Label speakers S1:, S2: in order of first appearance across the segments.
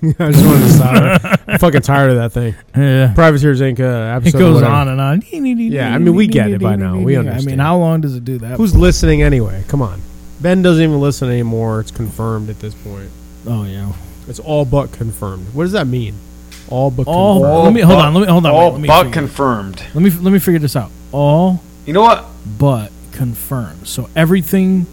S1: I just wanted to stop. it. I'm fucking tired of that thing.
S2: Yeah.
S1: Privateers Inc. Uh,
S2: It
S1: episode. or
S2: goes
S1: whatever.
S2: on and on.
S1: Yeah, I mean, we get it by now. We
S2: I mean,
S1: understand.
S2: how long does it do that?
S1: Who's listening anyway? Come on. Ben doesn't even listen anymore. It's confirmed at this point.
S2: oh yeah.
S1: It's all but confirmed. What does that mean? All but
S2: All
S1: confirmed.
S2: let me hold on. Let me hold on.
S3: All
S2: wait, let, me
S3: but
S2: figure,
S3: confirmed.
S2: let me let me figure this out. All
S3: You know what?
S2: but confirmed. So everything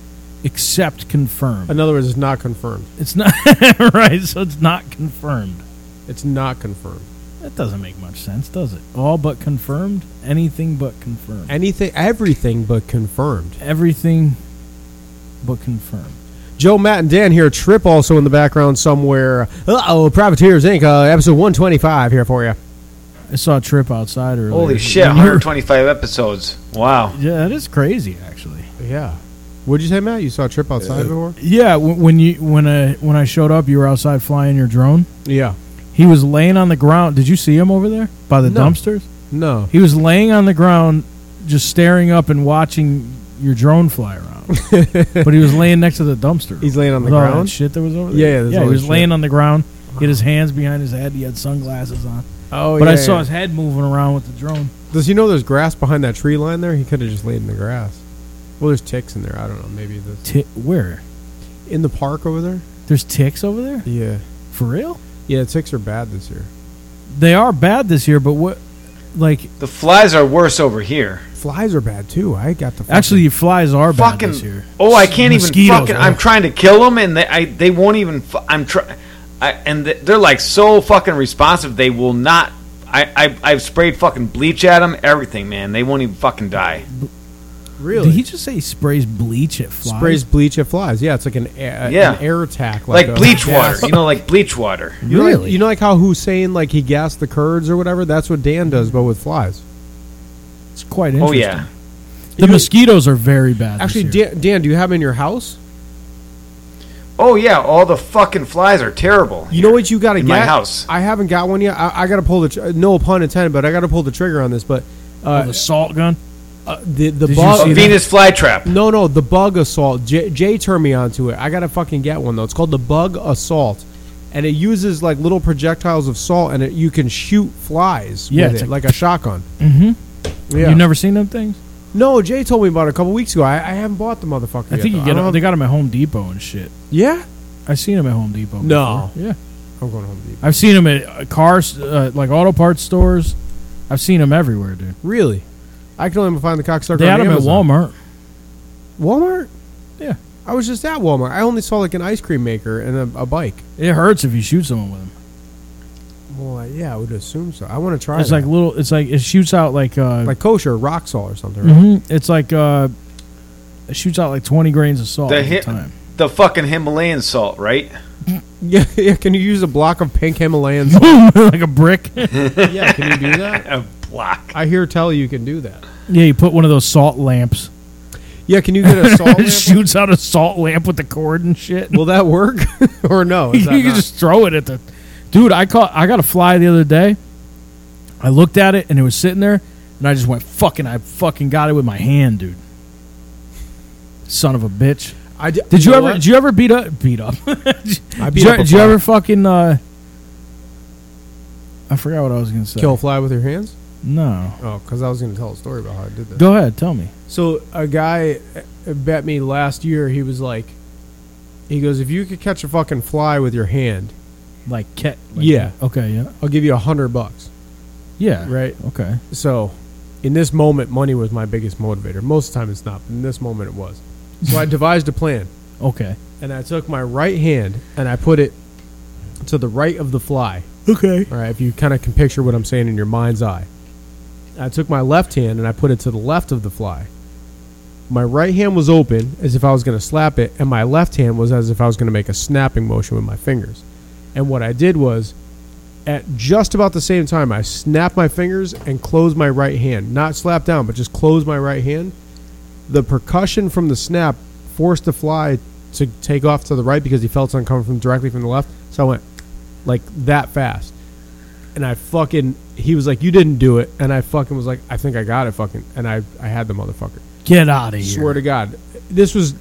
S2: except confirmed.
S1: In other words, it's not confirmed.
S2: It's not right. So it's not confirmed.
S1: It's not confirmed.
S2: That doesn't make much sense, does it? All but confirmed. Anything but confirmed.
S1: Anything, everything but confirmed.
S2: Everything but confirmed.
S1: Joe, Matt, and Dan here. Trip also in the background somewhere. Uh oh, Privateers Inc. Uh, episode 125 here for you.
S2: I saw a trip outside earlier.
S3: Holy shit!
S2: When you were-
S3: 125 episodes. Wow.
S2: Yeah, that is crazy, actually.
S1: Yeah. What'd you say, Matt? You saw a trip outside before?
S2: Yeah, w- when you when I when I showed up, you were outside flying your drone.
S1: Yeah.
S2: He was laying on the ground. Did you see him over there by the
S1: No.
S2: dumpsters?
S1: No.
S2: He was laying on the ground, just staring up and watching your drone fly around. but he was laying next to the dumpster.
S1: He's laying on the
S2: With all that
S1: ground?
S2: shit that was over there.
S1: Yeah, yeah, there's
S2: yeah.
S1: all
S2: He
S1: that
S2: was
S1: shit.
S2: laying on the ground. He had his hands behind his head. He had sunglasses on.
S1: Oh,
S2: But I saw his head moving around with the drone.
S1: Does he know there's grass behind that tree line there? He could have just laid in the grass. Well, there's ticks in there. I don't know. Maybe this.
S2: Ti where?
S1: In the park over there?
S2: There's ticks over there
S1: Yeah.
S2: for real.
S1: Yeah, ticks are bad this year.
S2: They are bad this year, but what? Like
S3: The flies are worse over here.
S1: Flies are bad too. I got the
S2: Actually, your flies are bad
S3: fucking.
S2: this year.
S3: Oh, I can't even
S2: Mosquitoes,
S3: fucking.
S2: oh.
S3: I'm trying to kill them, and they I, they won't even. fu- I'm trying. And th- they're like so fucking responsive. They will not. I, I I've sprayed fucking bleach at them. Everything, man. They won't even fucking die.
S1: really
S2: Did he just say he sprays bleach at flies?
S1: sprays bleach at flies. Yeah, it's like an air,
S3: Yeah.
S1: an air attack,
S3: Like,
S1: a-
S3: bleach
S1: Yeah.
S3: water. You know, like bleach water.
S1: You know, like-
S2: Really?
S1: you know, like how Hussein, like he gassed the Kurds or whatever. That's what Dan does, but with flies.
S2: It's quite
S3: Oh
S2: interesting.
S3: yeah.
S2: The mosquitoes are very bad.
S1: Actually,
S2: this year.
S1: Dan, Dan, do you have them in your house?
S3: Oh yeah. All the fucking flies are terrible.
S1: You know what you got to
S3: In
S1: get.
S3: my house.
S1: I haven't got one yet. I, I got to pull the tr- no pun intended, but I got to pull the trigger on this. But
S2: Oh,
S1: uh,
S2: the salt gun.
S1: uh, the the
S2: Did you
S3: A
S1: bug.
S2: see that?
S3: Venus flytrap.
S1: No, no, the bug assault. Jay, Jay turned me onto it. I gotta fucking get one though. It's called the bug assault, and it uses like little projectiles of salt, and it, you can shoot flies.
S2: Yeah,
S1: with
S2: it's
S1: it,
S2: a-
S1: like a shotgun. Mm-hmm. Yeah.
S2: You've never seen them things?
S1: no, Jay told me about it a couple weeks ago. I, I haven't bought the motherfucker.
S2: I think
S1: yet,
S2: you
S1: though.
S2: get
S1: don't
S2: them.
S1: have-
S2: They got them at Home Depot and shit.
S1: yeah,
S2: I've seen them at Home Depot.
S1: No.
S2: before. Yeah,
S1: I'm going home deep.
S2: I've seen them at uh, cars, uh, like auto parts stores. I've seen them everywhere, dude.
S1: Really, I can only find the cocksucker.
S2: They had
S1: on
S2: them at
S1: Amazon.
S2: Walmart.
S1: Walmart.
S2: Yeah.
S1: I was just at Walmart. I only saw like an ice cream maker and a, a bike.
S2: It hurts if you shoot someone with them.
S1: Well, yeah, I would assume so. I want to try.
S2: It's
S1: that.
S2: like little. It's like it shoots out like uh,
S1: like kosher rock salt or something. Right?
S2: mhm, it's like uh, it shoots out like twenty grains of salt
S3: The
S2: at a
S3: hit-
S2: time.
S3: The fucking Himalayan salt, right?
S1: Yeah, yeah. Can you use a block of pink Himalayan salt?
S2: like a brick.
S1: Oh, yeah, can you do that?
S3: A block.
S1: I hear tell you can do that.
S2: Yeah, you put one of those salt lamps.
S1: Yeah, can you get a salt?
S2: It
S1: lamp?
S2: shoots out a salt lamp with the cord and shit.
S1: Will that work or no? Is
S2: you
S1: that
S2: can
S1: not-
S2: just throw it at the dude. I caught. I got a fly the other day. I looked at it and it was sitting there, and I just went fucking. I fucking got it with my hand, dude. Son of a bitch.
S1: I d-
S2: Did you,
S1: know
S2: ever?
S1: what?
S2: Did you ever beat up? Beat up.
S1: I beat
S2: did, you,
S1: up a
S2: did you
S1: fly.
S2: ever fucking? uh I forgot what I was gonna say.
S1: kill a fly with your hands?
S2: No.
S1: Oh, because I was going to tell a story about how I did that.
S2: Go ahead. Tell me.
S1: So a guy uh, bet me last year. He was like, he goes, if you could catch a fucking fly with your hand,
S2: Like cat.
S1: Yeah.
S2: Okay. Yeah.
S1: I'll give you a hundred bucks.
S2: Yeah.
S1: Right.
S2: Okay.
S1: So, in this moment, money was my biggest motivator. Most of the time, it's not. But in this moment, it was. So I devised a plan.
S2: Okay.
S1: and I took my right hand and I put it to the right of the fly.
S2: Okay.
S1: All right, if you kind of can picture what I'm saying in your mind's eye. I took my left hand and I put it to the left of the fly. My right hand was open as if I was going to slap it, and my left hand was as if I was going to make a snapping motion with my fingers. And what I did was, at just about the same time, I snapped my fingers and closed my right hand. Not slap down, but just closed my right hand. The percussion from the snap forced the fly to take off to the right because he felt something coming from directly from the left. So I went like that fast. And I fucking, he was like, "You didn't do it," and I fucking was like, "I think I got it, fucking," and I, I had the motherfucker.
S2: Get out of here.
S1: Swear to God, this was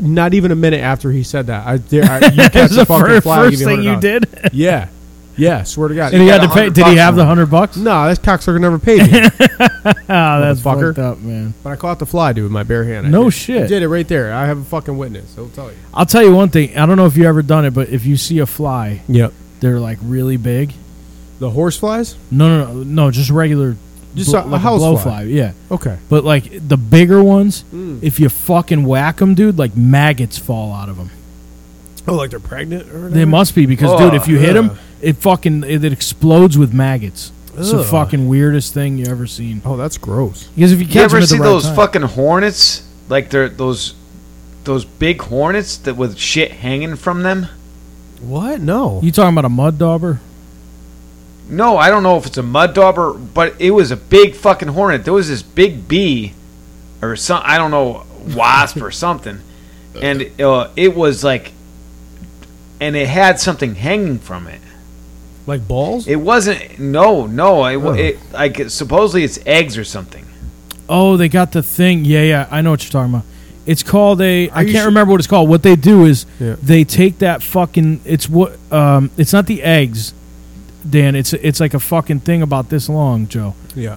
S1: not even a minute after he said that, I, there, I you
S2: That's
S1: catch
S2: the
S1: the fucking
S2: first,
S1: fly. I'll give
S2: first thing you
S1: $100.
S2: did.
S1: Yeah, yeah. Swear to God.
S2: and he
S3: got
S2: had to pay.
S3: 100
S2: Did he
S3: bucks
S2: have the
S3: on it.
S2: hundred bucks?
S1: no, this cocksucker never paid me.
S2: Ah, that's
S1: Motherfucker.
S2: fucked up, man.
S1: but I caught the fly, dude, with my bare hand. I
S2: No
S1: did.
S2: shit.
S1: I did it right there. I have a fucking witness. He'll tell you.
S2: I'll tell you one thing. I don't know if you ever done it, but if you see a fly,
S1: Yep.
S2: they're like really big.
S1: The horse flies.
S2: No, no, no, no just regular,
S1: Just
S2: bl-
S1: a- a house
S2: blowfly.
S1: fly.
S2: Yeah,
S1: Okay.
S2: but like the bigger ones, if you fucking whack them, dude, like maggots fall out of them.
S1: Oh, like they're pregnant or
S2: They must be because, dude, if you hit 'em, hit them, it fucking it, it explodes with maggots. It's the
S1: Ugh.
S2: fucking weirdest thing you ever seen.
S1: Oh, that's gross.
S2: Because if you
S3: You
S2: catch 'em
S3: ever
S2: at the
S3: see
S2: right
S3: those
S2: time-
S3: fucking hornets? Like they're those those big hornets that with shit hanging from them.
S1: What? No.
S2: you talking about a mud dauber?
S3: No, I don't know if it's a mud dauber, but it was a big fucking hornet. There was this big bee, or some I don't know wasp or something, and uh, it was like, and it had something hanging from it.
S1: Like balls?
S3: It wasn't. No, no. It, wa-
S1: Oh.
S3: it like supposedly it's eggs or something.
S2: Oh, they got the thing. Yeah, yeah, I know what you're talking about. It's called a. I
S1: you
S2: can't
S1: su-
S2: remember what it's called. What they do is
S1: Yeah.
S2: they take that fucking. It's what. Um, it's not the eggs, Dan. It's it's like a fucking thing about this long, Joe.
S1: yeah.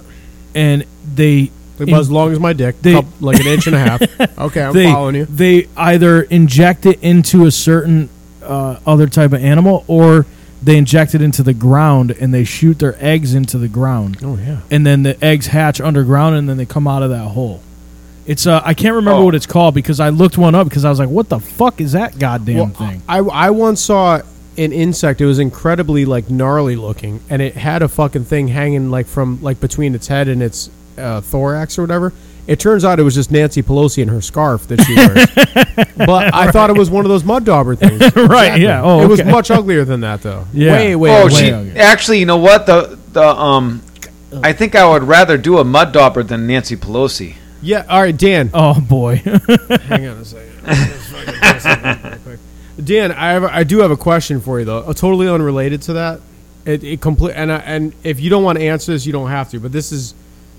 S2: And they
S1: Like
S2: In-
S1: about as long as my dick,
S2: They-
S1: cup- like an inch and a half. Okay, I'm
S2: they
S1: following you.
S2: they either inject it into a certain uh, other type of animal or they inject it into the ground and they shoot their eggs into the ground.
S1: Oh yeah.
S2: and then the eggs hatch underground and then they come out of that hole. It's uh, I can't remember
S3: Oh.
S2: what it's called because I looked one up because I was like, what the fuck is that goddamn thing?
S1: I I once saw an insect. It was incredibly like gnarly looking, and it had a fucking thing hanging like from like between its head and its uh, thorax or whatever. It turns out it was just Nancy Pelosi and her scarf that she wears. but I thought it was one of those mud dauber things.
S2: right? Yeah. Oh,
S1: It was
S2: okay.
S1: much uglier than that, though.
S2: Yeah.
S1: Way, way.
S3: oh,
S1: uglier.
S3: she
S2: okay.
S3: actually, you know what? The the um, I think I would rather do a mud dauber than Nancy Pelosi.
S1: Yeah. All right, Dan.
S2: Oh boy.
S1: Hang on a second. I'm gonna fucking pull something real quick. Dan, I have, I do have a question for you though, uh, totally unrelated to that. It, it complete and I, and if you don't want to answer this, you don't have to. But this is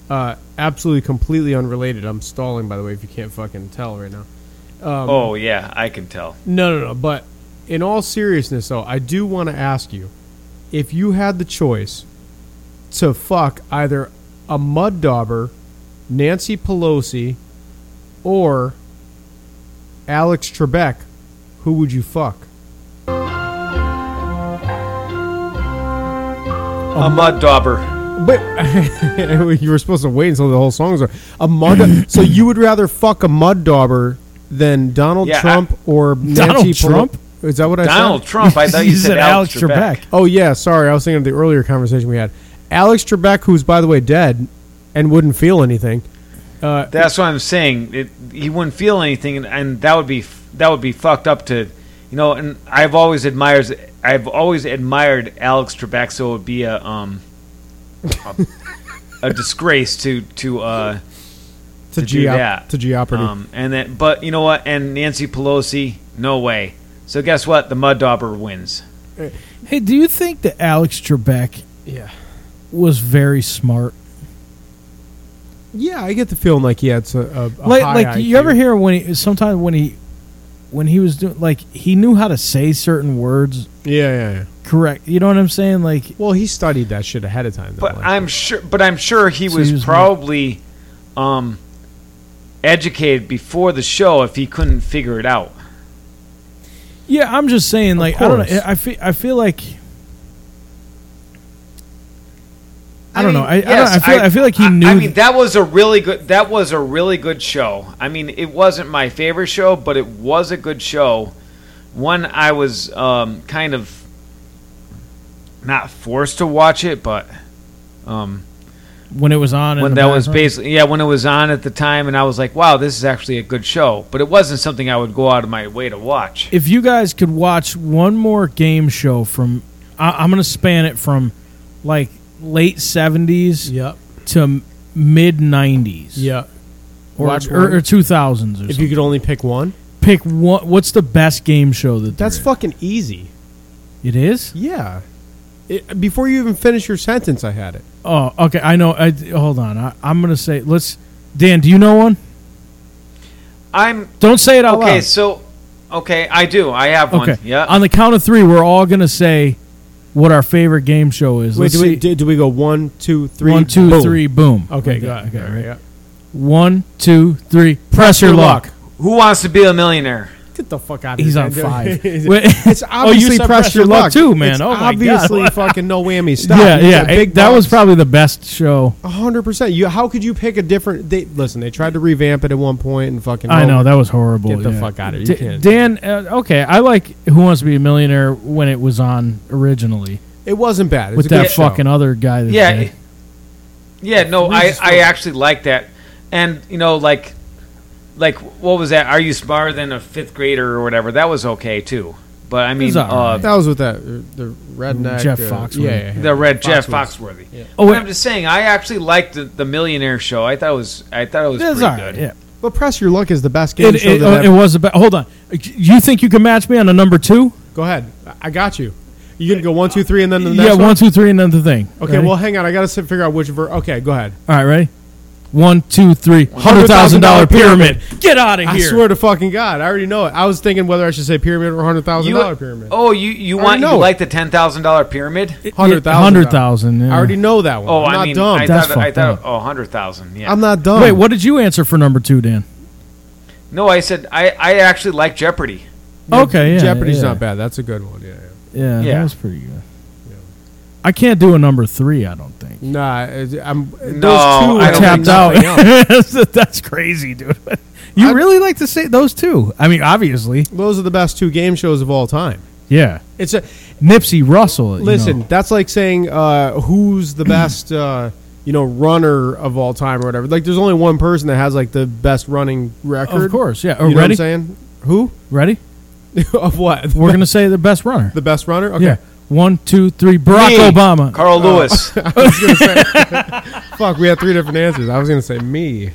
S1: uh, absolutely completely unrelated. I'm stalling, by the way, if you can't fucking tell right now.
S3: oh yeah, I can tell.
S1: No, no, no. But in all seriousness, though, I do want to ask you if you had the choice to fuck either a mud dauber, Nancy Pelosi, or Alex Trebek, who would you fuck?
S3: A mud dauber.
S1: But you were supposed to wait until the whole song's over. A mud. so you would rather fuck a mud dauber than Donald
S3: Yeah, I-
S1: Trump or Nancy Pelo-
S2: Trump?
S1: Is that what I said?
S3: Donald Trump. I thought you said, Alex Trebek.
S1: Oh yeah, sorry. I was thinking of the earlier conversation we had. Alex Trebek, who's by the way dead and wouldn't feel anything.
S3: That's what I'm saying. It, he wouldn't feel anything, and, and that would be f- that would be fucked up to, you know. And I've always admired I've always admired Alex Trebek, so it would be a um a, a disgrace to to uh
S1: To,
S3: To do
S1: geo-
S3: that.
S1: to geopardy.
S3: um and then but you know what? And Nancy Pelosi, no way. So guess what? The mud dauber wins.
S2: hey, do you think that Alex Trebek
S1: yeah,
S2: was very smart?
S1: yeah. I get the feeling like he had s- a, a
S2: like,
S1: high
S2: like you
S1: IQ.
S2: ever hear when he sometimes when he when he was doing like he knew how to say certain words
S1: Yeah, yeah, yeah.
S2: correct. You know what I'm saying? Like
S1: Well, he studied that shit ahead of time. Though,
S3: But
S1: like-
S3: I'm sure. But I'm sure he
S2: So
S3: was,
S2: he was more-
S3: probably um educated before the show if he couldn't figure it out.
S2: Yeah, I'm just saying. Like, I don't know.
S1: course.
S2: I feel. I feel like. I don't
S3: mean,
S2: know. I, I,
S3: yes,
S2: don't, I feel. I, feel like he
S3: I-
S2: knew.
S3: I mean, that was a really good. That was a really good show. I mean, it wasn't my favorite show, but it was a good show. One I was um, kind of not forced to watch it, but um,
S2: when it was on. in
S3: when
S2: the
S3: that was
S2: background.
S3: basically yeah, when it was on at the time, and I was like, wow, this is actually a good show. But it wasn't something I would go out of my way to watch.
S2: If you guys could watch one more game show from, I, I'm gonna span it from, like late '70s
S1: Yep.
S2: to m- mid '90s.
S1: Yeah.
S2: Or,
S1: Watch
S2: or,
S1: one.
S2: or 2000s. Or
S1: If
S2: something.
S1: you could only pick one,
S2: pick one, what's the best game show that
S1: that's
S2: there
S1: fucking easy.
S2: is? it is?
S1: Yeah. It, before you even finish your sentence, I had it.
S2: Oh, okay. I know. I hold on. I, I'm gonna say. Let's. Dan, do you know one?
S3: I'm
S2: Don't say it out
S3: okay.
S2: loud.
S3: So, okay, I do. I have one.
S2: Oh, Okay.
S3: Yeah.
S2: On the count of three, we're all gonna say what our favorite game show is.
S1: Wait,
S2: Let's
S1: do we,
S2: see.
S1: do, do we go one, two, three?
S2: One, two,
S1: boom.
S2: three, boom.
S1: Okay,
S2: Like
S1: got
S2: that.
S1: it.
S2: Okay, right.
S1: Yeah.
S2: One, two, three. Press, your luck.
S3: Who wants to be a millionaire?
S1: Get the fuck out of
S2: He's
S1: here.
S2: on
S1: dude.
S2: five. Wait- Oh,
S1: it's obviously
S2: said
S1: press, your luck.
S2: too, man.
S1: It's
S2: Oh my God.
S1: obviously fucking no whammy. Stop.
S2: yeah,
S1: You
S2: yeah.
S1: got
S2: it-
S1: big
S2: that was
S1: bucks.
S2: probably the best show.
S1: A hundred percent. You how could you pick a different? They listen. They tried to revamp it at one point and fucking.
S2: I
S1: oh,
S2: know that was horrible.
S1: Get the
S2: yeah.
S1: fuck outta here. You
S2: D-
S1: can't-
S2: Dan. Uh, okay, I like Who Wants to Be a Millionaire when it was on originally
S1: it wasn't bad. It was
S2: with
S1: a
S2: that
S1: good show.
S2: fucking other guy. That
S3: Yeah.
S2: did it.
S3: it- Yeah. No, I I actually like that, and you know like. Like what was that? Are you smarter than a fifth grader or whatever? That was okay too, but I mean,
S2: was all
S3: uh,
S1: That was with that uh, the redneck
S2: Jeff
S1: uh,
S2: Foxworthy.
S1: Yeah, yeah, yeah.
S3: the red Jeff Foxworthy. Oh,
S2: wait.
S3: I'm just saying, I actually liked the, the Millionaire Show. I thought it was, I thought it was
S2: That's
S3: pretty
S2: all right.
S3: good.
S2: Yeah.
S1: But press your luck is the best game
S2: It,
S1: show
S2: it,
S1: that
S2: uh, it
S1: I've-
S2: was about. Hold on. You think you can match me on a number two?
S1: Go ahead. I- I got you. You gonna go one, two, three, and then the next
S2: yeah,
S1: one?
S2: one, two, three, and then the thing.
S1: Okay,
S2: Ready?
S1: well, hang on. I gotta sit, figure out which ver. Okay, go ahead.
S2: all right, ready? One, two, three. Hundred thousand dollar
S1: $100,000
S2: pyramid. Get out of
S1: I
S2: here.
S1: swear to fucking God, I already know it. I was thinking whether I should say pyramid or hundred thousand
S3: You-
S1: dollar pyramid.
S3: Oh, you you
S1: already
S3: want you
S1: know it.
S3: like the ten thousand dollar pyramid?
S1: hundred thousand.
S2: Hundred thousand.
S1: I already know that one.
S3: oh,
S1: I'm
S3: I
S1: not
S3: mean,
S1: dumb.
S3: I
S2: That's
S3: thought I
S2: fucked
S3: thought
S2: up.
S3: oh hundred thousand. Yeah.
S1: I'm not dumb.
S2: Wait, what did you answer for number two, Dan?
S3: no, I said I I actually like Jeopardy.
S2: Okay, yeah,
S1: Jeopardy's
S2: yeah.
S1: not bad. That's a good one. Yeah. yeah.
S2: Yeah, that
S3: Yeah.
S2: was pretty good. I can't do a number three. I don't think.
S1: Nah, it- I'm. Those two
S3: No, I
S1: I
S3: don't
S2: tapped
S3: think
S2: out.
S1: nothing else.
S2: That's crazy, dude. You
S1: I'm-
S2: really like to say those two? I mean, obviously,
S1: Those are the best two game shows of all time.
S2: yeah.
S1: It's a
S2: Nipsey Russell. you
S1: listen.
S2: know.
S1: That's like saying uh, who's the best, uh, you know, runner of all time or whatever. Like, there's only one person that has like the best running record.
S2: of course,
S1: you
S2: yeah. Oh,
S1: know what I'm
S2: ready?
S1: saying? Who
S2: Ready?
S1: of what?
S2: We're gonna say the best runner.
S1: the best runner. Okay.
S2: Yeah. One, two, three. Barack
S3: Me,
S2: Obama.
S1: Oh.
S3: Carl Lewis.
S1: Fuck, we had three different answers. I was gonna say me.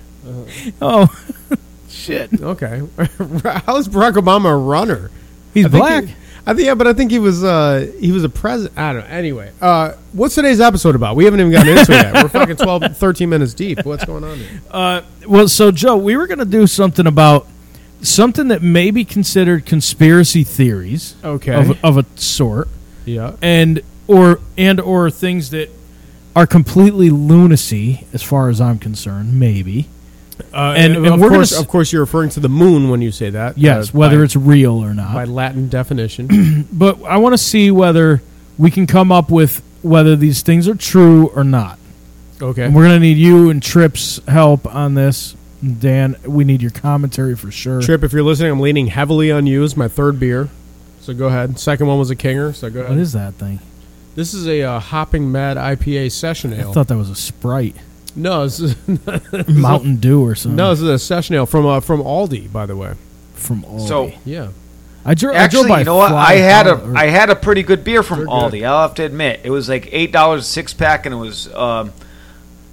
S2: oh, shit.
S1: Okay. How is Barack Obama a runner?
S2: He's
S1: I think
S2: black.
S1: he- I think yeah, but I think he was uh, he was a president. I don't know. Anyway, uh, what's today's episode about? We haven't even gotten into it yet. We're fucking 12, 13 minutes deep. What's going on? Here?
S2: Uh, well, so Joe, we were gonna do something about something that may be considered conspiracy theories.
S1: Okay.
S2: Of, of a sort.
S1: Yeah.
S2: and or and or things that are completely lunacy as far as I'm concerned, maybe.
S1: Uh,
S2: And- and
S1: of
S2: we're
S1: course,
S2: gonna s-
S1: of course, you're referring to the moon when you say that.
S2: Yes,
S1: uh,
S2: whether
S1: by,
S2: it's real or not.
S1: by Latin definition.
S2: But I want to see whether we can come up with whether these things are true or not.
S1: okay.
S2: And we're going to need you and Trip's help on this. Dan, we need your commentary for sure.
S1: Trip, if you're listening, I'm leaning heavily on you. It's my third beer, so go ahead. Second one was a kinger, so go
S2: What
S1: ahead.
S2: is that thing?
S1: this is a uh, hopping mad IPA session ale.
S2: I thought that was a Sprite,
S1: no, this is,
S2: Mountain Dew or something.
S1: no, this is a session ale from uh, from Aldi, by the way.
S2: from Aldi.
S3: So
S1: Yeah.
S2: I drove. I drove
S3: actually,
S2: by
S3: you know what?
S2: Fly
S3: I had
S2: Flower-
S3: a I had a pretty good beer from
S1: They're good.
S3: Aldi. I'll have to admit, it was like eight dollars a six pack, and it was um,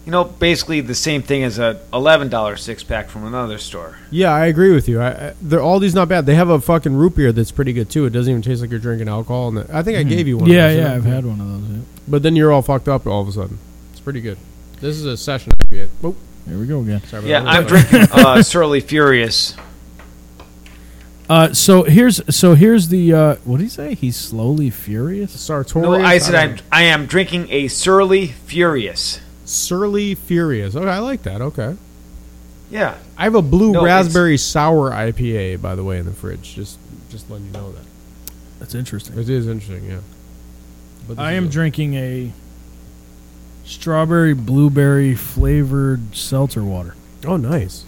S3: you know, basically the same thing as a eleven dollar six pack from another store.
S1: Yeah, I agree with you. I, I, they're, Aldi's not bad. They have a fucking root beer that's pretty good too. It doesn't even taste like you're drinking alcohol. And I think I gave you one. of
S2: Mm-hmm. yeah,
S1: those,
S2: yeah,
S1: didn't
S2: I've
S1: I?
S2: had one of those. yeah.
S1: But then you're all fucked up all of a sudden. It's pretty good. This is a session IPA. Oh,
S2: There we go again.
S1: sorry about
S3: Yeah,
S1: that.
S3: I'm drinking uh, Surly Furious.
S2: Uh, so here's so here's the uh, what did he say? He's slowly furious.
S1: Sartorius.
S3: No, I said
S1: don't
S3: I'm, I am drinking a Surly Furious.
S1: know. Surly Furious. Okay, I like that. Okay.
S3: Yeah.
S1: I have a blue
S3: No, it's-
S1: raspberry sour IPA by the way in the fridge. Just just letting you know that.
S2: That's interesting.
S1: It is interesting, yeah. But this
S2: I
S1: is
S2: am
S1: a-
S2: drinking a strawberry blueberry flavored seltzer water.
S1: Oh, nice.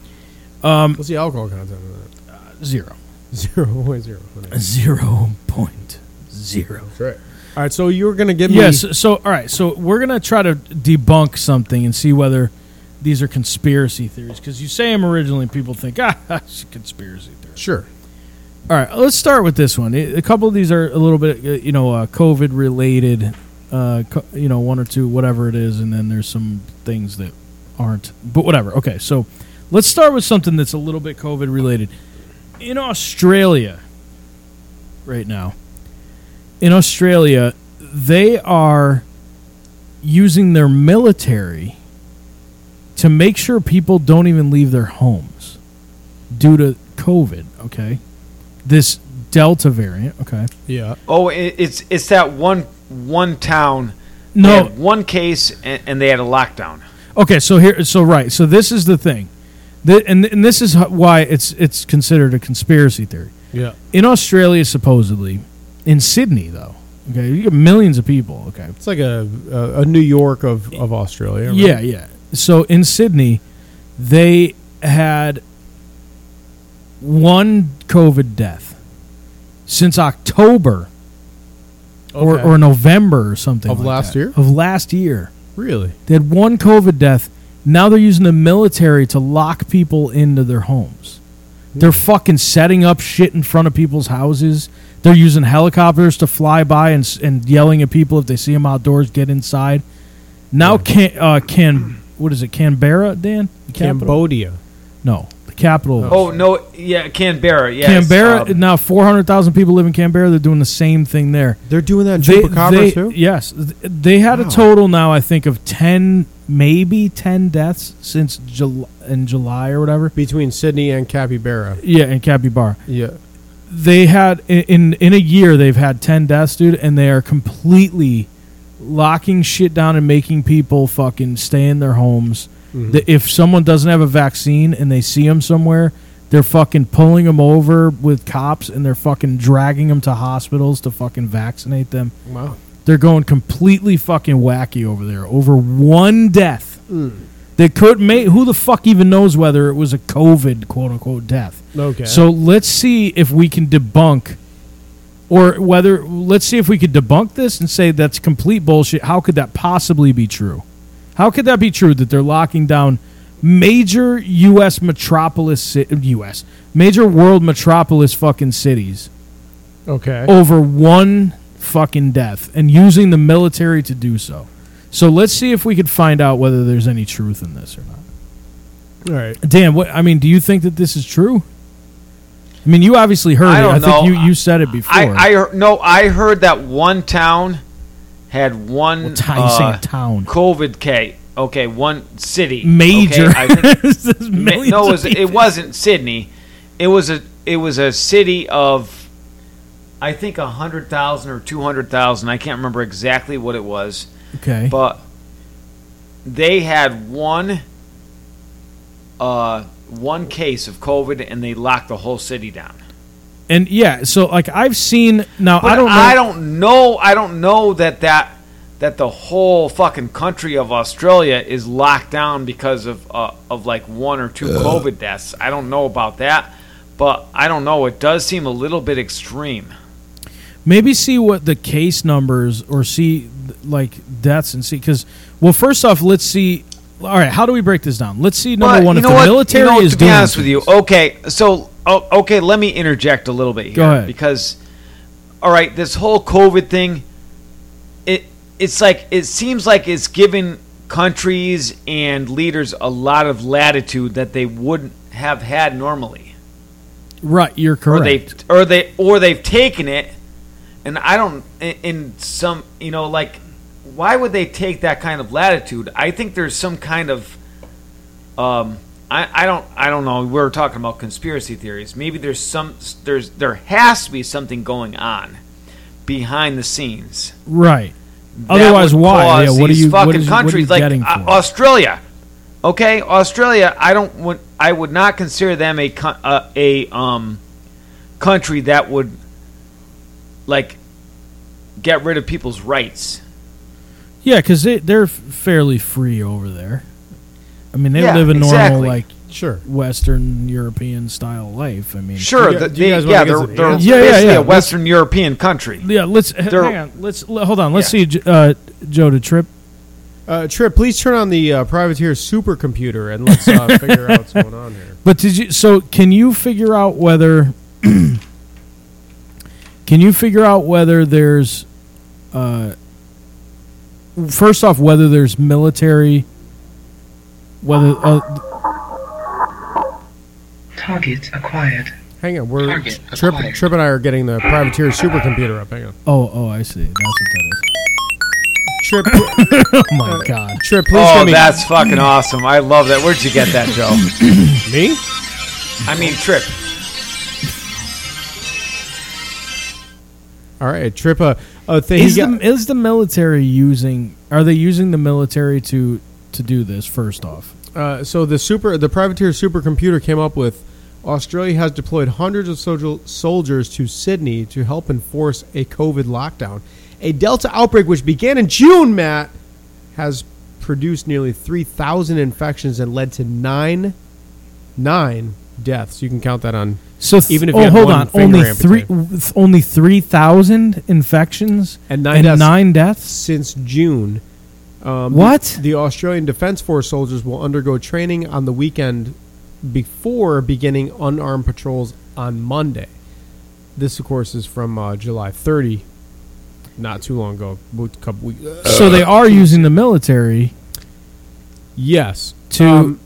S2: Um,
S1: What's the alcohol content of that?
S2: zero.
S1: Zero point zero.
S2: Zero point zero.
S1: That's right. All right, so you were gonna give me
S2: Yes. So all right. So we're gonna try to debunk something and see whether these are conspiracy theories because you say them originally, and people think ah, it's a conspiracy theory.
S1: Sure.
S2: All right, let's start with this one. A a couple of these are a little bit, uh, you know, uh, COVID related. Uh, co- you know, one or two, whatever it is, and then there's some things that aren't. But whatever. Okay, so let's start with something that's a little bit COVID related. In Australia, right now, in Australia, they are using their military to make sure people don't even leave their homes due to COVID. Okay, this Delta variant. Okay,
S1: Yeah.
S3: Oh, it, it's it's that one one town. they
S2: no,
S3: had one case and, and they had a lockdown.
S2: Okay, so here, so right, so this is the thing, Th- and and this is ho- why it's it's considered a conspiracy theory
S1: Yeah.
S2: in Australia, supposedly, in Sydney though. Okay, you got millions of people. Okay,
S1: It's like a a, a New York of, of Australia. right?
S2: yeah, yeah. So in Sydney, they had one COVID death since October or,
S1: Okay.
S2: or November or something
S1: Of
S2: like
S1: last
S2: that.
S1: year?
S2: of last year.
S1: Really?
S2: They had one COVID death. Now they're using the military to lock people into their homes. They're fucking setting up shit in front of people's houses. They're using helicopters to fly by and, s- and yelling at people if they see them outdoors, get inside. Now can uh, can what is it? Canberra, Dan? The capital?
S1: Cambodia.
S2: No, the capital. of-
S3: Oh no, yeah, Canberra. Um, Yeah,
S2: Canberra. now four hundred thousand people live in Canberra. They're doing the same thing there.
S1: They're doing that in
S2: They-
S1: Chupacabra
S2: they-
S1: too.
S2: Yes, Th- they had a
S1: Wow.
S2: total now. I think of ten, maybe ten deaths since July, in July or whatever.
S1: Between Sydney and Capybara.
S2: Yeah, in Capybara,
S1: Yeah.
S2: they had i- in in a year they've had ten deaths, dude, and they are completely locking shit down and making people fucking stay in their homes.
S1: Mm-hmm.
S2: The- if someone doesn't have a vaccine and they see them somewhere. They're fucking pulling them over with cops and they're fucking dragging them to hospitals to fucking vaccinate them.
S1: Wow.
S2: They're going completely fucking wacky over there over one death. They could make who the fuck even knows whether it was a COVID quote unquote death.
S1: Okay.
S2: So let's see if we can debunk or whether let's see if we could debunk this and say that's complete bullshit. How could that possibly be true? How could that be true that they're locking down major US metropolis ci- US major world metropolis fucking cities
S1: okay.
S2: over one fucking death and using the military to do so. So let's see if we could find out whether there's any truth in this or not.
S1: All right.
S2: Dan, what I mean, do you think that this is true? I mean, you obviously heard it.
S3: I
S2: I
S3: don't
S2: think
S3: know.
S2: you, you said it before.
S3: I, I heard- no, I heard that one town had one
S2: Well, town- you saying
S3: uh,
S2: town.
S3: COVID K. Okay, one city
S2: Major.
S3: Okay, I think-
S2: There's
S3: Ma-
S2: millions
S3: no,
S2: of
S3: it, was, it
S2: people.
S3: wasn't Sydney. It was a it was a city of I think hundred thousand or two hundred thousand. I can't remember exactly what it was,
S2: okay.
S3: but they had one uh, one case of COVID, and they locked the whole city down.
S2: and yeah, so like I've seen now.
S3: But
S2: I don't know.
S3: I don't know. I don't know that that that the whole fucking country of Australia is locked down because of uh, of like one or two COVID deaths. I don't know about that, but I don't know. It does seem a little bit extreme.
S2: maybe see what the case numbers or see th- like deaths and see because well, first off, let's see. All right, how do we break this down? Let's see. Number
S3: But
S2: one,
S3: you
S2: if
S3: know
S2: the
S3: what? You
S2: military
S3: know what?
S2: is
S3: to
S2: doing
S3: be honest with you.
S2: things.
S3: Okay, so oh, okay, let me interject a little bit here
S2: Go ahead.
S3: because all right, this whole COVID thing, it it's like it seems like it's given countries and leaders a lot of latitude that they wouldn't have had normally,
S2: right? You're
S3: uh, or
S2: correct.
S3: they or they or they've taken it, and I don't in, in some you know like why would they take that kind of latitude? I think there's some kind of um, I, I don't I don't know. We're talking about conspiracy theories. Maybe there's some there's there has to be something going on behind the scenes.
S2: Right.
S3: that
S2: Otherwise,
S3: would
S2: why?
S3: cause
S2: Yeah, what are
S3: these
S2: you?
S3: fucking
S2: What is, what are you
S3: countries
S2: getting
S3: like uh,
S2: for?
S3: Australia? Okay, Australia. I don't would I would not consider them a co- uh, a um country that would like get rid of people's rights.
S2: yeah, because they they're f- fairly free over there. I mean, they
S3: Yeah,
S2: live a normal
S3: exactly.
S2: like
S1: Sure.
S2: Western European style life. I mean,
S3: Sure,
S1: you
S3: the,
S1: guys- do you
S3: they-
S1: guys wanna
S3: yeah,
S1: get
S3: they're,
S1: to the
S3: they're
S1: answer?
S2: Yeah, yeah,
S3: basically
S2: yeah.
S3: a Western European country.
S2: Yeah, let's h-
S3: They're-
S2: hang on. Let's l- hold on. Let's see, J- uh, Joe to trip.
S1: Uh, Trip, please turn on the uh, privateer supercomputer and let's uh, figure out what's going on here.
S2: But did you? So can you figure out whether? can you figure out whether there's, uh, first off, whether there's military, whether uh,
S4: Target acquired.
S1: Hang on, we're
S4: Target
S1: Trip,
S4: acquired.
S1: Trip and I are getting the privateer supercomputer up. Hang on,
S2: Oh, oh, I see. That's what that is.
S1: Trip,
S2: Oh my god.
S1: Trip, please
S3: Oh,
S1: give me
S3: that's fucking awesome! I love that. Where'd you get that, Joe?
S1: me.
S3: I mean, Trip.
S1: All right, trip a, a thing.
S2: Is
S1: he got-
S2: the, is the military using? Are they using the military to to do this? First off,
S1: Uh, so the super the privateer supercomputer came up with Australia has deployed hundreds of social soldiers to Sydney to help enforce a COVID lockdown. A Delta outbreak which began in June, Matt, has produced nearly 3,000 infections and led to 9 9 deaths. You can count that on
S2: so th-
S1: Even if
S2: oh,
S1: you had
S2: hold
S1: one
S2: on,
S1: finger
S2: only
S1: amputated.
S2: three, with only three thousand infections
S1: And nine deaths.
S2: nine deaths?
S1: since June. Um,
S2: What?
S1: The, the Australian Defence Force soldiers will undergo training on the weekend before beginning unarmed patrols on Monday. This, of course, is from uh, July 30, not too long ago. a Couple uh, weeks.
S2: so they are using the military
S1: Yes.
S2: to.
S1: Um,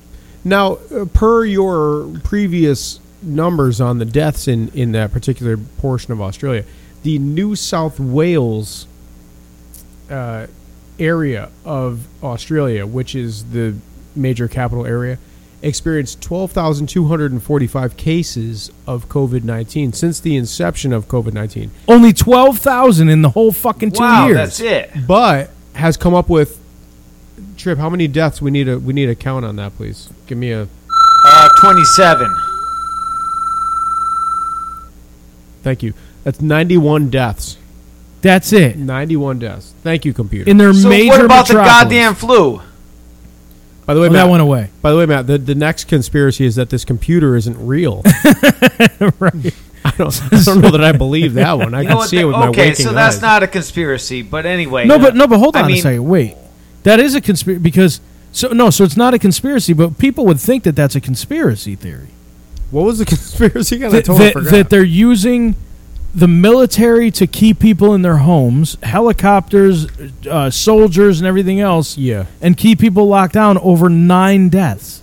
S1: now, uh, per your previous numbers on the deaths in, in that particular portion of Australia, the New South Wales uh, area of Australia, which is the major capital area, experienced 12,245 cases of COVID 19 since the inception of COVID 19,
S2: only twelve thousand in the whole fucking two
S3: wow,
S2: years.
S3: that's it.
S1: but has come up with. Trip, how many deaths we need a we need a count on that, please. Give me a
S3: Uh, Twenty-seven.
S1: Thank you. That's 91 deaths.
S2: That's it.
S1: 91 deaths. Thank you, computer.
S2: In their
S3: So
S2: major
S3: what about the
S2: metropolis.
S3: goddamn flu?
S1: by the way,
S2: Well,
S1: Matt,
S2: Oh, that went away.
S1: by the way, Matt, the, the next conspiracy is that this computer isn't real.
S2: right.
S1: I don't, I don't know that I believe that one. I
S3: You know
S1: can
S3: what
S1: see
S3: the-
S1: it with my
S3: okay,
S1: waking
S3: so that's
S1: eyes.
S3: not a conspiracy, but anyway.
S2: No,
S3: uh,
S2: but no, but hold
S3: I
S2: on
S3: mean,
S2: a second. Wait, that is a conspiracy because so no, so it's not a conspiracy, but people would think that that's a conspiracy theory.
S1: what was the conspiracy again? I
S2: That,
S1: totally
S2: that-
S1: forgot.
S2: that they're using the military to keep people in their homes, helicopters, uh, soldiers, and everything else,
S1: yeah.
S2: and keep people locked down over nine deaths.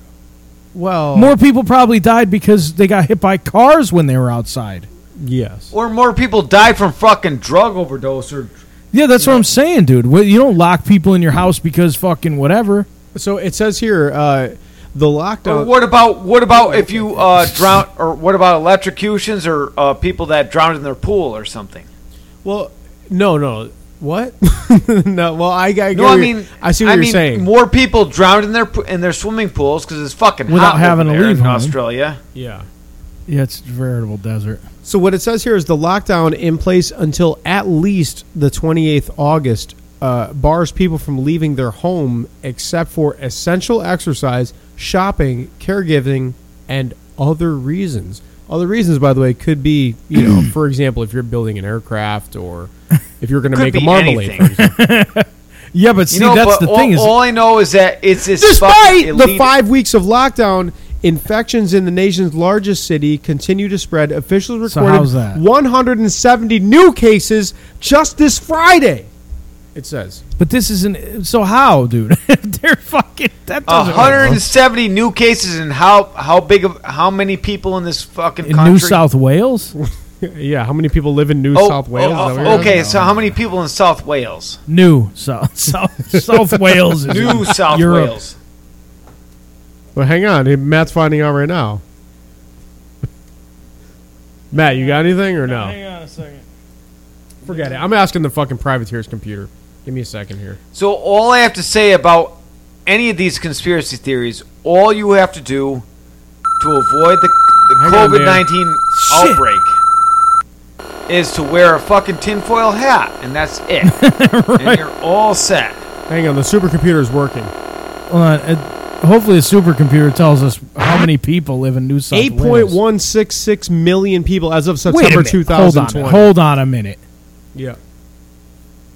S1: Well,
S2: More people probably died because they got hit by cars when they were outside.
S1: yes.
S3: Or more people die from fucking drug overdose or
S2: Yeah, that's what I'm saying, dude. Wh- You don't lock people in your house because fucking whatever.
S1: So it says here uh, the
S3: Or
S1: lockdown.
S3: what about what about if you uh, drown or what about electrocutions or uh, people that drowned in their pool or something?
S1: Well, no, no. What? no, well, I, I, get
S3: No,
S1: what
S3: I
S1: you're-
S3: mean,
S1: I see what you're
S3: mean,
S1: saying.
S3: More people drowned in their po- in their swimming pools because it's fucking
S2: Without
S3: hot
S2: having
S3: over
S2: to
S3: there
S2: leave
S3: in
S2: home.
S3: Australia.
S1: yeah.
S2: Yeah, it's veritable desert.
S1: So what it says here is the lockdown in place until at least the 28th August uh, bars people from leaving their home except for essential exercise, shopping, caregiving, and other reasons. Other reasons, by the way, could be you know, for example, if you're building an aircraft or if you're going to
S3: Could
S1: make a
S3: be
S1: marmalade.
S3: anything.
S1: for example.
S2: Yeah, but see,
S3: you know,
S2: that's
S3: but
S2: the
S3: all,
S2: thing is,
S3: all I know is that it's this
S1: Despite
S3: fucking
S1: the
S3: elite-
S1: five weeks of lockdown. Infections in the nation's largest city continue to spread. Officials
S2: So
S1: recorded
S2: how's that?
S1: 170 new cases just this Friday. It says.
S2: but this isn't. So how, dude? They're fucking. That doesn't.
S3: 170 new cases and how how big of how many people in this fucking
S2: in
S3: country?
S2: New South Wales,
S1: Yeah, how many people live in New
S3: Oh,
S1: South Wales? Is
S3: oh,
S1: that what you're
S3: okay,
S1: asking?
S3: so how many people in South Wales?
S2: New South South South Wales is
S3: New South
S2: Europe.
S3: Wales.
S1: Well, hang on. Matt's finding out right now. Matt, you got anything or no?
S2: on a second.
S1: Forget it. I'm asking the fucking privateer's computer. Give me a second here.
S3: So all I have to say about any of these conspiracy theories, all you have to do to avoid the, the
S1: Hang on,
S3: COVID
S1: man.
S3: nineteen
S2: Shit.
S3: outbreak is to wear a fucking tinfoil hat, and that's it. And you're all set.
S1: Hang on. The supercomputer is working.
S2: Hold on. It, hopefully, the supercomputer tells us how many people live in New South
S1: Eight point
S2: Wales.
S1: one six six million people as of
S2: Wait a
S1: September
S2: minute.
S1: two
S2: Hold
S1: thousand
S2: on.
S1: twenty.
S2: Hold on a minute.
S1: Yeah.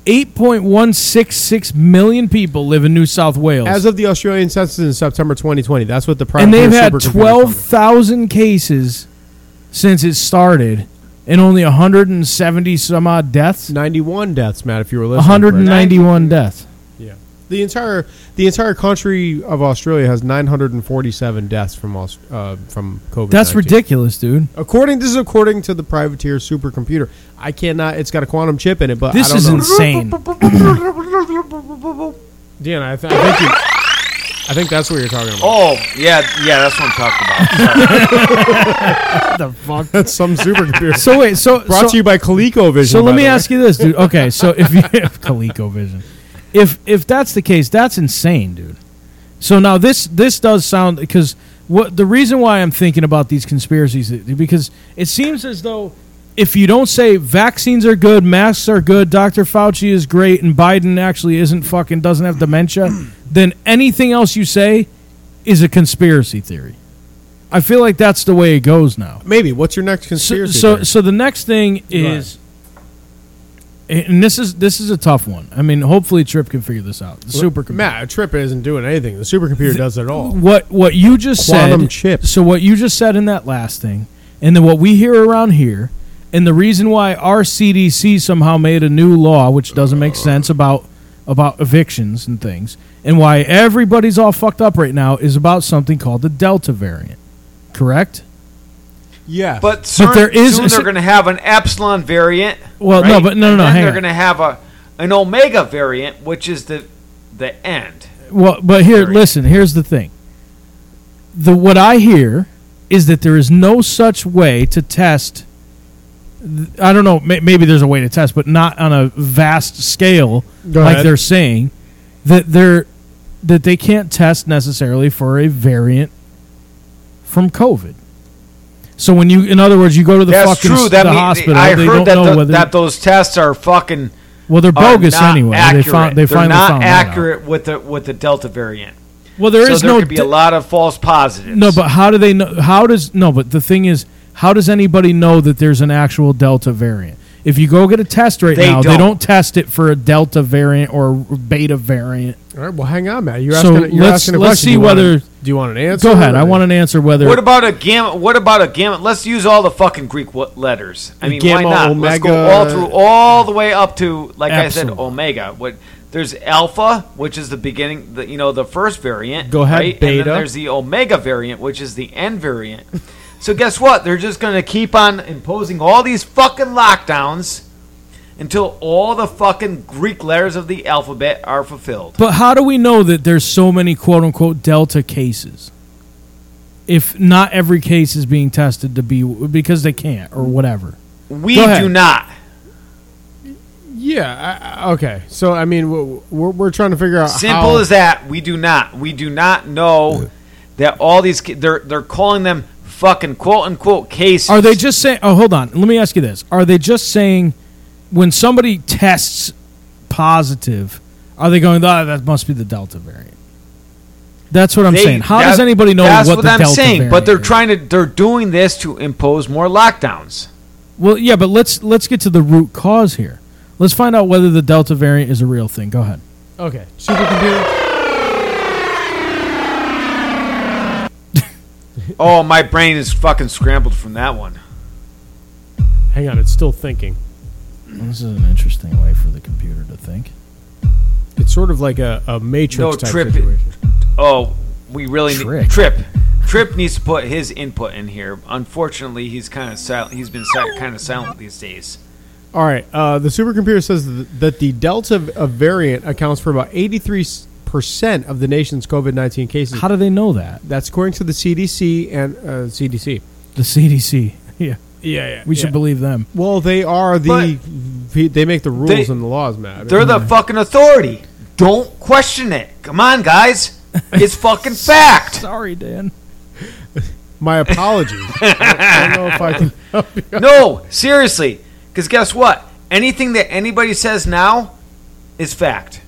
S2: Eight point one six six million people live in New South Wales,
S1: As of the Australian census in September 2020, that's what the prime
S2: and they've had twelve thousand cases since it started, and only hundred and seventy some odd deaths.
S1: 91 deaths, Matt. If you were listening,
S2: One hundred and
S1: correct?
S2: ninety-one deaths.
S1: Yeah. The entire the entire country of Australia has 947 deaths from Aus- uh, from COVID.
S2: That's ridiculous, dude.
S1: According this is according to the privateer supercomputer. I cannot. It's got a quantum chip in it, but I
S2: This
S1: don't
S2: is
S1: know.
S2: insane.
S1: Dan, I, th- I think you. I think that's what you're talking about.
S3: Oh, yeah, yeah, that's what I'm talking about.
S2: the fuck?
S1: That's some supercomputer.
S2: So wait, so
S1: Brought
S2: so,
S1: to you by ColecoVision.
S2: So
S1: by
S2: let me
S1: the way.
S2: ask you this, dude. Okay, so if you have ColecoVision, if if that's the case, that's insane, dude. So now this this does sound because what the reason why I'm thinking about these conspiracies is because it seems as though if you don't say vaccines are good, masks are good, Dr. Fauci is great, and Biden actually isn't fucking doesn't have dementia, then anything else you say is a conspiracy theory. I feel like that's the way it goes now.
S1: Maybe. What's your next
S2: So,
S1: conspiracy?
S2: so,
S1: theory?
S2: so the next thing is, and this is this is a tough one. I mean, hopefully Trip can figure this out. The supercomputer.
S1: Matt, a trip isn't doing anything. The supercomputer does it all.
S2: What what you just
S1: Quantum
S2: said.
S1: chip.
S2: So what you just said in that last thing, and then what we hear around here, and the reason why our CDC somehow made a new law which doesn't make sense about about evictions and things, and why everybody's all fucked up right now is about something called the Delta variant. Correct?
S1: Yeah.
S3: But soon,
S2: there is-
S3: soon they're going to have an epsilon variant.
S2: Well, no,
S3: right?
S2: but no, no,
S3: And
S2: no.
S3: then
S2: hang
S3: they're
S2: on.
S3: going to have a an omega variant, which is the the end.
S2: Well, but here,
S3: Period.
S2: listen. Here's the thing. The what I hear is that there is no such way to test. th- I don't know. May, maybe there's a way to test, but not on a vast scale
S1: Go
S2: like
S1: ahead.
S2: they're saying that they're that they can't test necessarily for a variant from COVID. So when you, in other words, you go to the
S3: That's
S2: fucking
S3: true.
S2: s-
S3: That
S2: the
S3: mean-
S2: hospital,
S3: I
S2: they
S3: heard
S2: don't
S3: that,
S2: know
S3: tho-
S2: whether
S3: that those tests are fucking
S2: well they're
S3: are
S2: bogus
S3: not
S2: anyway.
S3: Accurate.
S2: They found they
S3: are
S2: finally
S3: not
S2: found that out.
S3: accurate with the with the Delta variant.
S2: Well, there is
S3: so there
S2: no
S3: could be
S2: di-
S3: a lot of false positives.
S2: No, but how do they know? How does no? But the thing is, how does anybody know that there's an actual Delta variant? If you go get a test right
S3: They
S2: now, they
S3: don't.
S2: don't test it for a Delta variant or a Beta variant.
S1: all right, well, hang on, Matt. You're
S2: So
S1: asking, you're
S2: let's-
S1: asking a
S2: let's
S1: question.
S2: see
S1: Do you want
S2: whether-
S1: an- do you want an answer?
S2: go ahead. I
S1: or-
S2: want an answer whether
S3: What about a gamma? What about a gamma? Let's use all the fucking Greek wo- letters. I mean,
S1: Gamma,
S3: why not? Let's go
S1: omega.
S3: all through all the way up to, like I said,
S2: Epsilon.
S3: omega. What there's alpha, which is the beginning, the, you know, the first variant.
S1: Go ahead,
S3: right? And
S1: beta.
S3: then there's the omega variant, which is the end variant. so guess what? They're just gonna keep on imposing all these fucking lockdowns until all the fucking Greek letters of the alphabet are fulfilled.
S2: But how do we know that there's so many quote unquote Delta cases? If not every case is being tested to be because they can't or whatever.
S3: We
S2: Go ahead.
S3: do not.
S1: Yeah. I- I, okay. So I mean, we're, we're, we're trying to figure out
S3: Simple
S1: how-
S3: as that. We do not. We do not know that all these ki- they're they're calling them fucking quote unquote cases.
S2: Are they just saying? Oh, hold on. Let me ask you this: Are they just saying when somebody tests positive, are they going? Ah, that must be the Delta variant. That's what I'm
S3: They-
S2: saying. How
S3: that-
S2: does anybody know
S3: That's
S2: what,
S3: what,
S2: the
S3: I'm
S2: Delta
S3: saying.
S2: variant
S3: But they're
S2: is?
S3: trying to they're doing this to impose more lockdowns.
S2: Well, yeah, but let's let's get to the root cause here. Let's find out whether the Delta variant is a real thing. Go ahead.
S1: Okay. Supercomputer.
S3: Oh, my brain is fucking scrambled from that one.
S1: Hang on. It's still thinking.
S2: This is an interesting way for the computer to think.
S1: It's sort of like a, a matrix
S3: No,
S1: type
S3: trip-
S1: situation.
S3: Oh, we really
S2: Trick.
S3: need Trip. Trip needs to put his input in here. Unfortunately, he's kind of silent. He's been si- kind of silent these days.
S1: All right. Uh, the supercomputer says th- that the Delta v- uh, variant accounts for about 83% of the nation's COVID 19 cases.
S2: How do they know that?
S1: That's according to the CDC and uh, CDC.
S2: The CDC. Yeah,
S1: Yeah, yeah.
S2: we should believe them.
S1: Well, they are the. they make the rules
S3: They-
S1: and the laws, Matt.
S3: They're
S2: Mm-hmm.
S3: the fucking authority. Don't question it. Come on, guys. It's fucking fact.
S2: Sorry, Dan.
S1: My apologies. I don't know if I can.
S3: No, seriously. Because guess what? Anything that anybody says now is fact.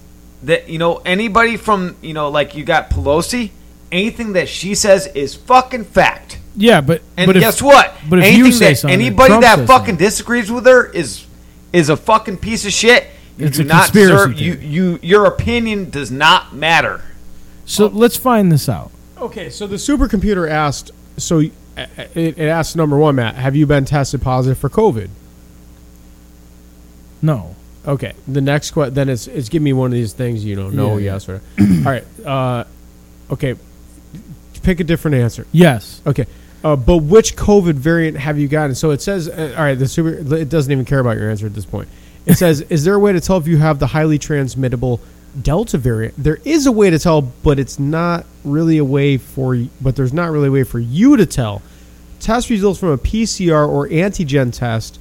S3: That you know anybody from you know like you got Pelosi, anything that she says is fucking fact.
S2: Yeah, but
S3: And
S2: but if-
S3: guess what?
S2: but if
S3: anything
S2: you say
S3: that
S2: something,
S3: anybody
S2: Trump
S3: that
S2: says
S3: fucking
S2: something.
S3: disagrees with her is is a fucking piece of shit. You
S2: It's
S3: do
S2: a
S3: not
S2: conspiracy
S3: serve, you
S2: theory.
S3: you your opinion does not matter.
S1: Oh.
S2: So let's find this out.
S1: Okay, so the supercomputer asked. So y- uh, it, it asked number one, Matt, have you been tested positive for COVID?
S2: No.
S1: Okay. The next question, then it's it's give me one of these things you don't know,
S2: Yeah, yeah.
S1: yes or all right. Uh, okay, pick a different answer.
S2: Yes.
S1: Okay, uh, but which COVID variant have you gotten? So it says, uh, all right, the super. It doesn't even care about your answer at this point. It says, is there a way to tell if you have the highly transmittable Delta variant. There is a way to tell, but it's not really a way for. y- But there's not really a way for you to tell. Test results from a PCR or antigen test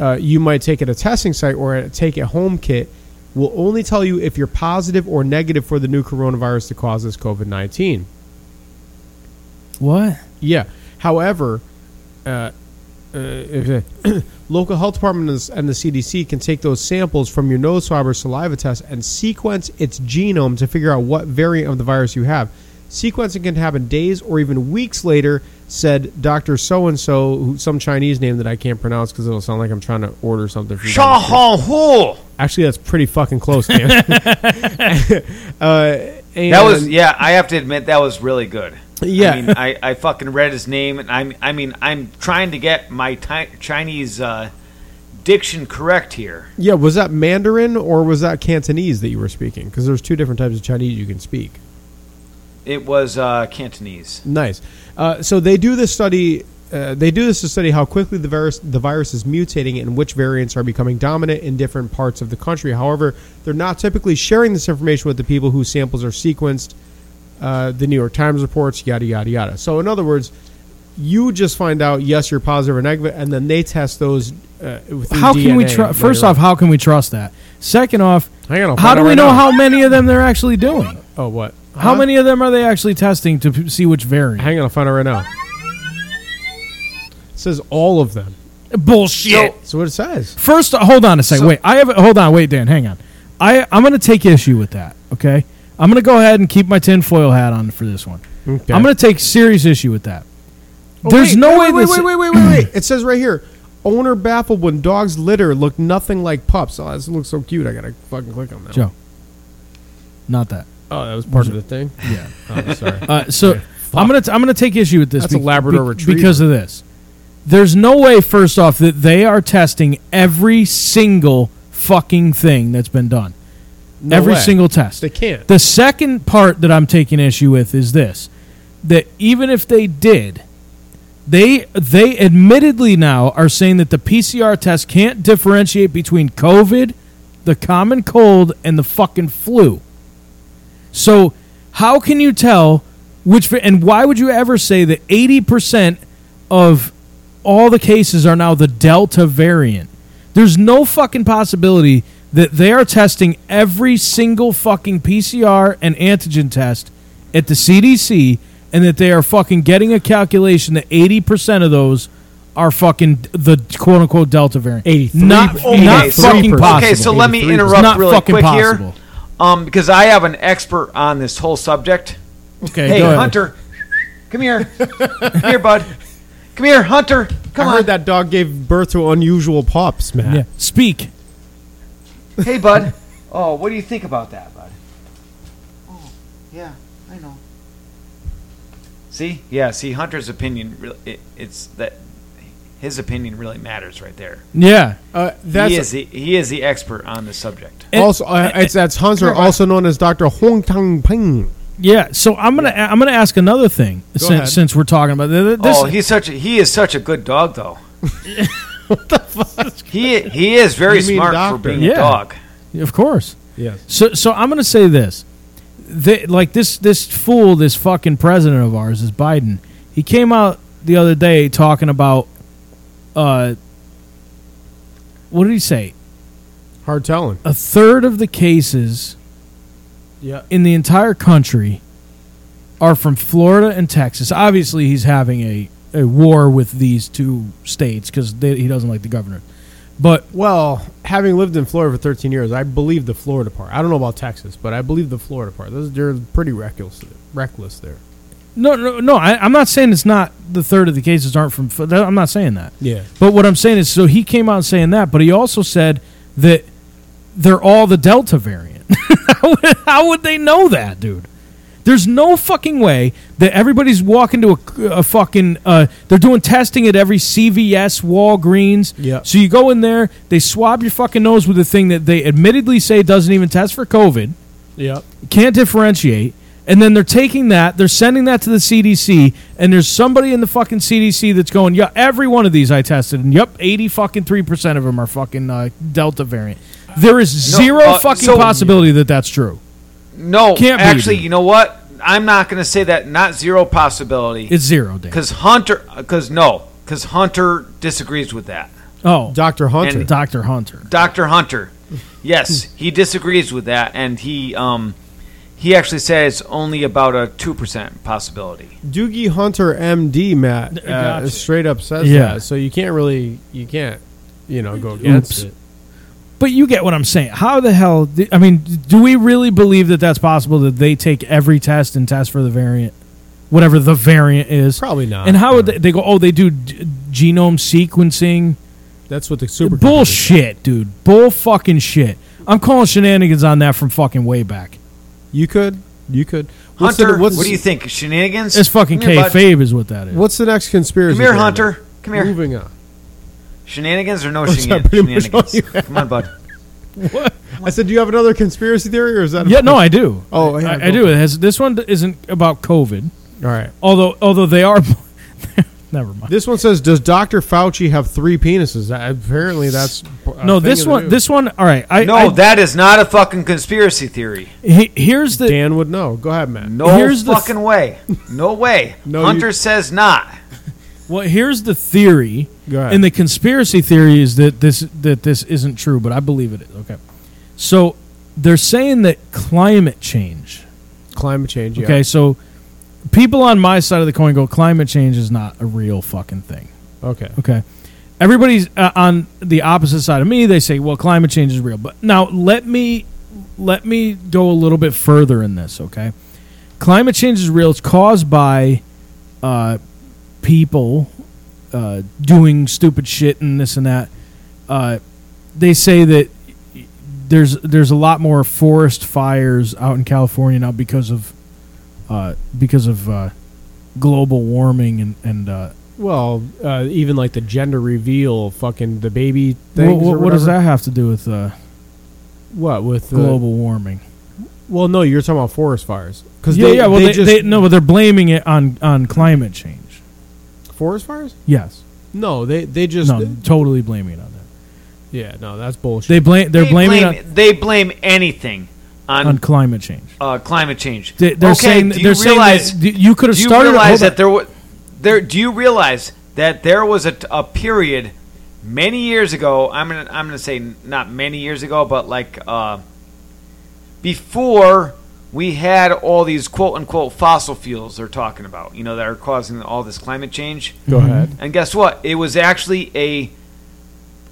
S1: uh, you might take at a testing site or at a take at home kit will only tell you if you're positive or negative for the new coronavirus that causes COVID 19.
S2: What?
S1: Yeah. However, uh, uh, local health departments and the CDC can take those samples from your nose swab or saliva test and sequence its genome to figure out what variant of the virus you have. Sequencing can happen days or even weeks later, said Doctor So and So, some Chinese name that I can't pronounce because it'll sound like I'm trying to order something. from down the street.
S3: Shaw
S1: Actually, that's pretty fucking close, man. Uh,
S3: That was yeah. I have to admit that was really good.
S1: Yeah.
S3: I, mean, I, I fucking read his name, and I'm I mean I'm trying to get my ti- Chinese uh, diction correct here.
S1: Yeah, was that Mandarin or was that Cantonese that you were speaking? Because there's two different types of Chinese you can speak.
S3: It was uh, Cantonese.
S1: Nice. Uh, so they do this study. Uh, they do this to study how quickly the virus the virus is mutating and which variants are becoming dominant in different parts of the country. However, they're not typically sharing this information with the people whose samples are sequenced. Uh, the New York Times reports, yada yada yada. So in other words, you just find out yes you're positive or negative, and then they test those. Uh, with
S2: How can we
S1: try?
S2: trust? First off, how can we trust that? Second off,
S1: Hang on, I'll
S2: how
S1: find
S2: do
S1: out
S2: we
S1: right
S2: know
S1: now.
S2: how many of them they're actually doing?
S1: oh what? Huh?
S2: How many of them are they actually testing to p- see which variant?
S1: Hang on, I'll find out right now. It says all of them.
S2: Bullshit.
S1: That's what it says.
S2: First, hold on a second.
S3: So-
S2: wait, I have. Hold on, wait, Dan, hang on. I I'm going to take issue with that. Okay, I'm going to go ahead and keep my tinfoil hat on for this one.
S1: Okay. Oh,
S2: I'm going to take serious issue with that. There's
S1: wait,
S2: no
S1: wait,
S2: way
S1: Wait,
S2: this.
S1: wait, wait, wait, wait, wait. It says right here, owner baffled when dogs litter look nothing like pups. Oh, this looks so cute. I gotta fucking click on that.
S2: Joe. Not that.
S1: Oh, that was part of the thing. Yeah. Oh, sorry.
S2: Uh, so I'm gonna t- I'm gonna take issue with this.
S1: That's a Labrador Retriever.
S2: because of this. There's no way, first off, that they are testing every single fucking thing that's been done.
S1: No
S2: every
S1: way.
S2: single test.
S1: They can't.
S2: The second part that I'm taking issue with is this: that even if they did, they they admittedly now are saying that the PCR test can't differentiate between COVID, the common cold, and the fucking flu. So how can you tell which and why would you ever say that 80% of all the cases are now the Delta variant? There's no fucking possibility that they are testing every single fucking PCR and antigen test at the CDC and that they are fucking getting a calculation that 80% of those are fucking the quote unquote Delta variant.
S1: 83.
S2: Not,
S1: Okay,
S2: not
S1: so-
S2: fucking possible.
S3: Okay, so let me
S1: 83%.
S3: interrupt
S2: Not
S3: really
S2: fucking
S3: quick
S2: possible.
S3: here, um, because I have an expert on this whole subject.
S2: Okay,
S3: Hey,
S2: go ahead.
S3: Hunter, come here, come here, bud, come here, Hunter, come
S1: I
S3: on,
S1: heard that dog gave birth to unusual pups, man.
S2: Yeah. Speak.
S3: hey, bud. Oh, what do you think about that, bud? Oh, yeah, I know. See, yeah, see, Hunter's opinion. Really, it, it's that his opinion really matters right there.
S2: Yeah.
S1: Uh, that's
S3: he is the, he is the expert on the subject.
S1: also uh, it's that's Hunter, also known as Doctor Hong Tang Ping.
S2: Yeah, so I'm gonna I'm gonna ask another thing
S1: ahead.
S2: since, since we're talking about th- th- this.
S3: oh, he's such a, he is such a good dog though. He he is very
S1: You mean
S3: smart for
S1: doctor.
S3: being
S2: Yeah.
S3: a dog.
S2: of course.
S1: Yes.
S2: So so I'm gonna say this, Th like this this fool, this fucking president of ours, is Biden. He came out the other day talking about, uh, what did he say?
S1: Hard telling.
S2: A third of the cases
S1: Yeah.
S2: in the entire country are from Florida and Texas. Obviously, he's having a, a war with these two states because he doesn't like the governor. But
S1: Well, having lived in Florida for 13 years, I believe the Florida part. I don't know about Texas, but I believe the Florida part. Those they're pretty reckless, reckless there.
S2: No, no, no. I, I'm not saying it's not the third of the cases aren't from. Fl- that- I'm not saying that.
S1: Yeah.
S2: But what I'm saying is, so he came out saying that, but he also said that they're all the Delta variant. how, would, how would they know that, dude? There's no fucking way that everybody's walking to a, a fucking. Uh, they're doing testing at every CVS, Walgreens.
S1: Yeah.
S2: So you go in there, they swab your fucking nose with a thing that they admittedly say doesn't even test for COVID
S1: Yep.
S2: can't differentiate and then they're taking that they're sending that to the cdc and there's somebody in the fucking cdc that's going yeah every one of these i tested and yep 80 fucking 3% of them are fucking uh, delta variant There is zero
S3: uh,
S2: fucking
S3: so-
S2: possibility that that's true.
S3: No,
S2: Can't be,
S3: actually,
S2: dude.
S3: you know what? I'm not going to say that. Not zero possibility.
S2: It's zero, Dan.
S3: Because Hunter, because no, because Hunter disagrees with that.
S2: Oh,
S1: Dr. Hunter.
S3: And-
S2: Doctor Hunter.
S3: Dr. Hunter. Yes, he disagrees with that, and he um, he actually says only about a two percent possibility.
S1: Doogie Hunter MD Matt uh,
S2: gotcha.
S1: straight up says
S2: Yeah.
S1: that, so you can't really you can't you know go against
S2: Oops.
S1: it.
S2: But you get what I'm saying. How the hell? d I I mean, do we really believe that that's possible? That they take every test and test for the variant, whatever the variant is.
S1: Probably not.
S2: And how would they, they go? Oh, they do d- genome sequencing.
S1: That's what the super
S2: Bullshit, dude. Bull fucking shit. I'm calling shenanigans on that from fucking way back.
S1: You could you could. What's
S3: Hunter,
S1: the, what's,
S3: what do you think? Shenanigans?
S2: It's fucking
S3: Come here, bud.
S2: kayfabe is what that is.
S1: What's the next conspiracy?
S3: Come here,
S1: theory?
S3: Hunter. Come here.
S1: Moving on.
S3: Shenanigans or no
S1: Which I
S3: shenan-
S1: pretty much
S3: shenanigans?
S1: all you have.
S3: Come on, bud.
S1: I said, do you have another conspiracy theory, or is that? a-
S2: Yeah, no, I do.
S1: Oh, yeah,
S2: I,
S1: go
S2: I do.
S1: for
S2: It has, this one isn't about COVID,
S1: All right.
S2: although although they are. Never mind.
S1: This one says, "Does Dr. Fauci have three penises?" Uh, Apparently, that's a
S2: no,
S1: Uh, thing
S2: this
S1: of the
S2: one.
S1: news.
S2: This one. All right. I,
S3: No,
S2: I-
S3: that is not a fucking conspiracy theory.
S2: he- here's the.
S1: Dan would know. Go ahead, Matt.
S3: No
S2: Here's the
S3: fucking way. No way.
S1: No,
S3: Hunter
S1: you-
S3: says not.
S2: Well, here's the theory,
S1: Go ahead.
S2: and the conspiracy theory is that this that this isn't true, but I believe it is. Okay, so they're saying that climate change.
S1: Climate change. Yeah.
S2: Okay, so people on my side of the coin go climate change is not a real fucking thing.
S1: Okay.
S2: Okay. Everybody's uh, on the opposite side of me. They say, "Well, climate change is real." But now let me let me go a little bit further in this, okay? Climate change is real. It's caused by uh, people uh, doing stupid shit and this and that. Uh, they say that there's there's a lot more forest fires out in California now because of uh, because of uh, global warming and and uh,
S1: Well, uh, even like the gender reveal, fucking the baby
S2: Wha-
S1: thing.
S2: wha- what, does that have to do with uh,
S1: What with the-
S2: global warming?
S1: Well, no, you're talking about forest fires. Because
S2: Yeah,
S1: they,
S2: yeah. Well,
S1: they
S2: they,
S1: just
S2: they- no, but they're blaming it on on climate change.
S1: forest fires.
S2: Yes,
S1: No, they they just
S2: no, totally blaming it on that.
S1: yeah. No, that's bullshit.
S2: They blame they're
S3: they
S2: blaming
S3: blame,
S2: it
S3: they blame anything
S2: on,
S3: on,
S2: on climate change.
S3: uh, climate change.
S2: They, they're
S3: okay,
S2: saying
S3: do you
S2: they're saying
S3: realize
S2: that d- you could have
S3: do you
S2: started.
S3: realize
S2: hold on.
S3: that there was there? Do you realize that there was a, t- a period many years ago? I'm gonna I'm gonna say not many years ago, but like uh, before we had all these quote unquote fossil fuels they're talking about, you know, that are causing all this climate change.
S1: Go ahead.
S3: And guess what? It was actually a,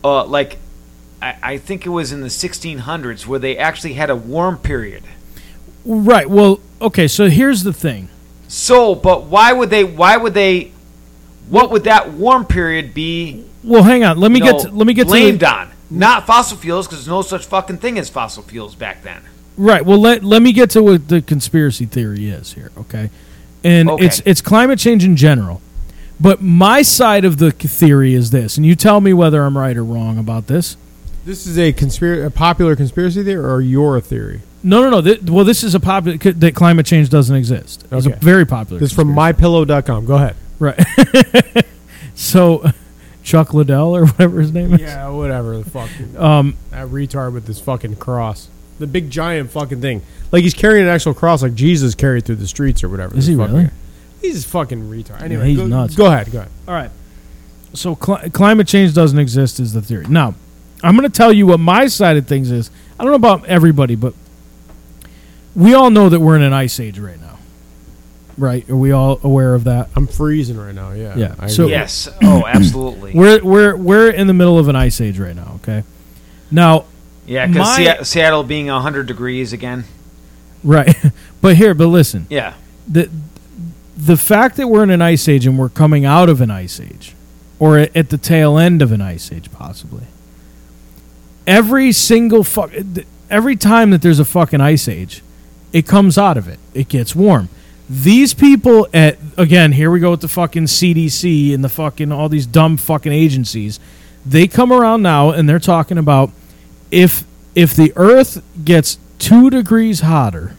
S3: uh, like, I, I think it was in the 1600s where they actually had a warm period.
S2: right? Well, okay. So here's the thing.
S3: So, but why would they? Why would they? What would that warm period be?
S2: Well, hang on. Let me
S3: you
S2: get to,
S3: know,
S2: let me get
S3: blamed
S2: to the,
S3: on not fossil fuels because there's no such fucking thing as fossil fuels back then.
S2: right. Well, let let me get to what the conspiracy theory is here. Okay, and
S3: Okay.
S2: it's it's climate change in general. But my side of the theory is this, and you tell me whether I'm right or wrong about this.
S1: This is a conspiracy, a popular conspiracy theory, or your theory.
S2: No, no, no. Th- well, this is a popular c- that climate change doesn't exist. It's a
S1: Okay.
S2: very popular.
S1: This is from
S2: conspiracy.
S1: mypillow.com. Go ahead.
S2: right. so, Chuck Liddell or whatever his name is.
S1: Yeah, whatever the fuck. Um, that retard with this fucking cross, the big giant fucking thing. Like he's carrying an actual cross, like Jesus carried through the streets or whatever.
S2: Is
S1: the
S2: he
S1: fuck
S2: really?
S1: guy. He's a fucking retard. Anyway,
S2: he's
S1: go,
S2: nuts.
S1: Go ahead. Go ahead.
S2: All right. So cli- climate change doesn't exist is the theory. Now, I'm going to tell you what my side of things is. I don't know about everybody, but we all know that we're in an ice age right now. Right? Are we all aware of that?
S1: I'm freezing right now. Yeah.
S2: Yeah,
S1: I
S2: so-
S1: agree.
S3: Yes. Oh, absolutely.
S2: We're we're we're in the middle of an ice age right now, okay? Now,
S3: yeah, because
S2: my-
S3: Seattle being 100 degrees again.
S2: right. but here, but listen.
S3: Yeah.
S2: the the fact that we're in an ice age and we're coming out of an ice age or a- at the tail end of an ice age possibly every single fuck th- every time that there's a fucking ice age it comes out of it it gets warm these people at again here we go with the fucking CDC and the fucking all these dumb fucking agencies they come around now and they're talking about if if the earth gets 2 degrees hotter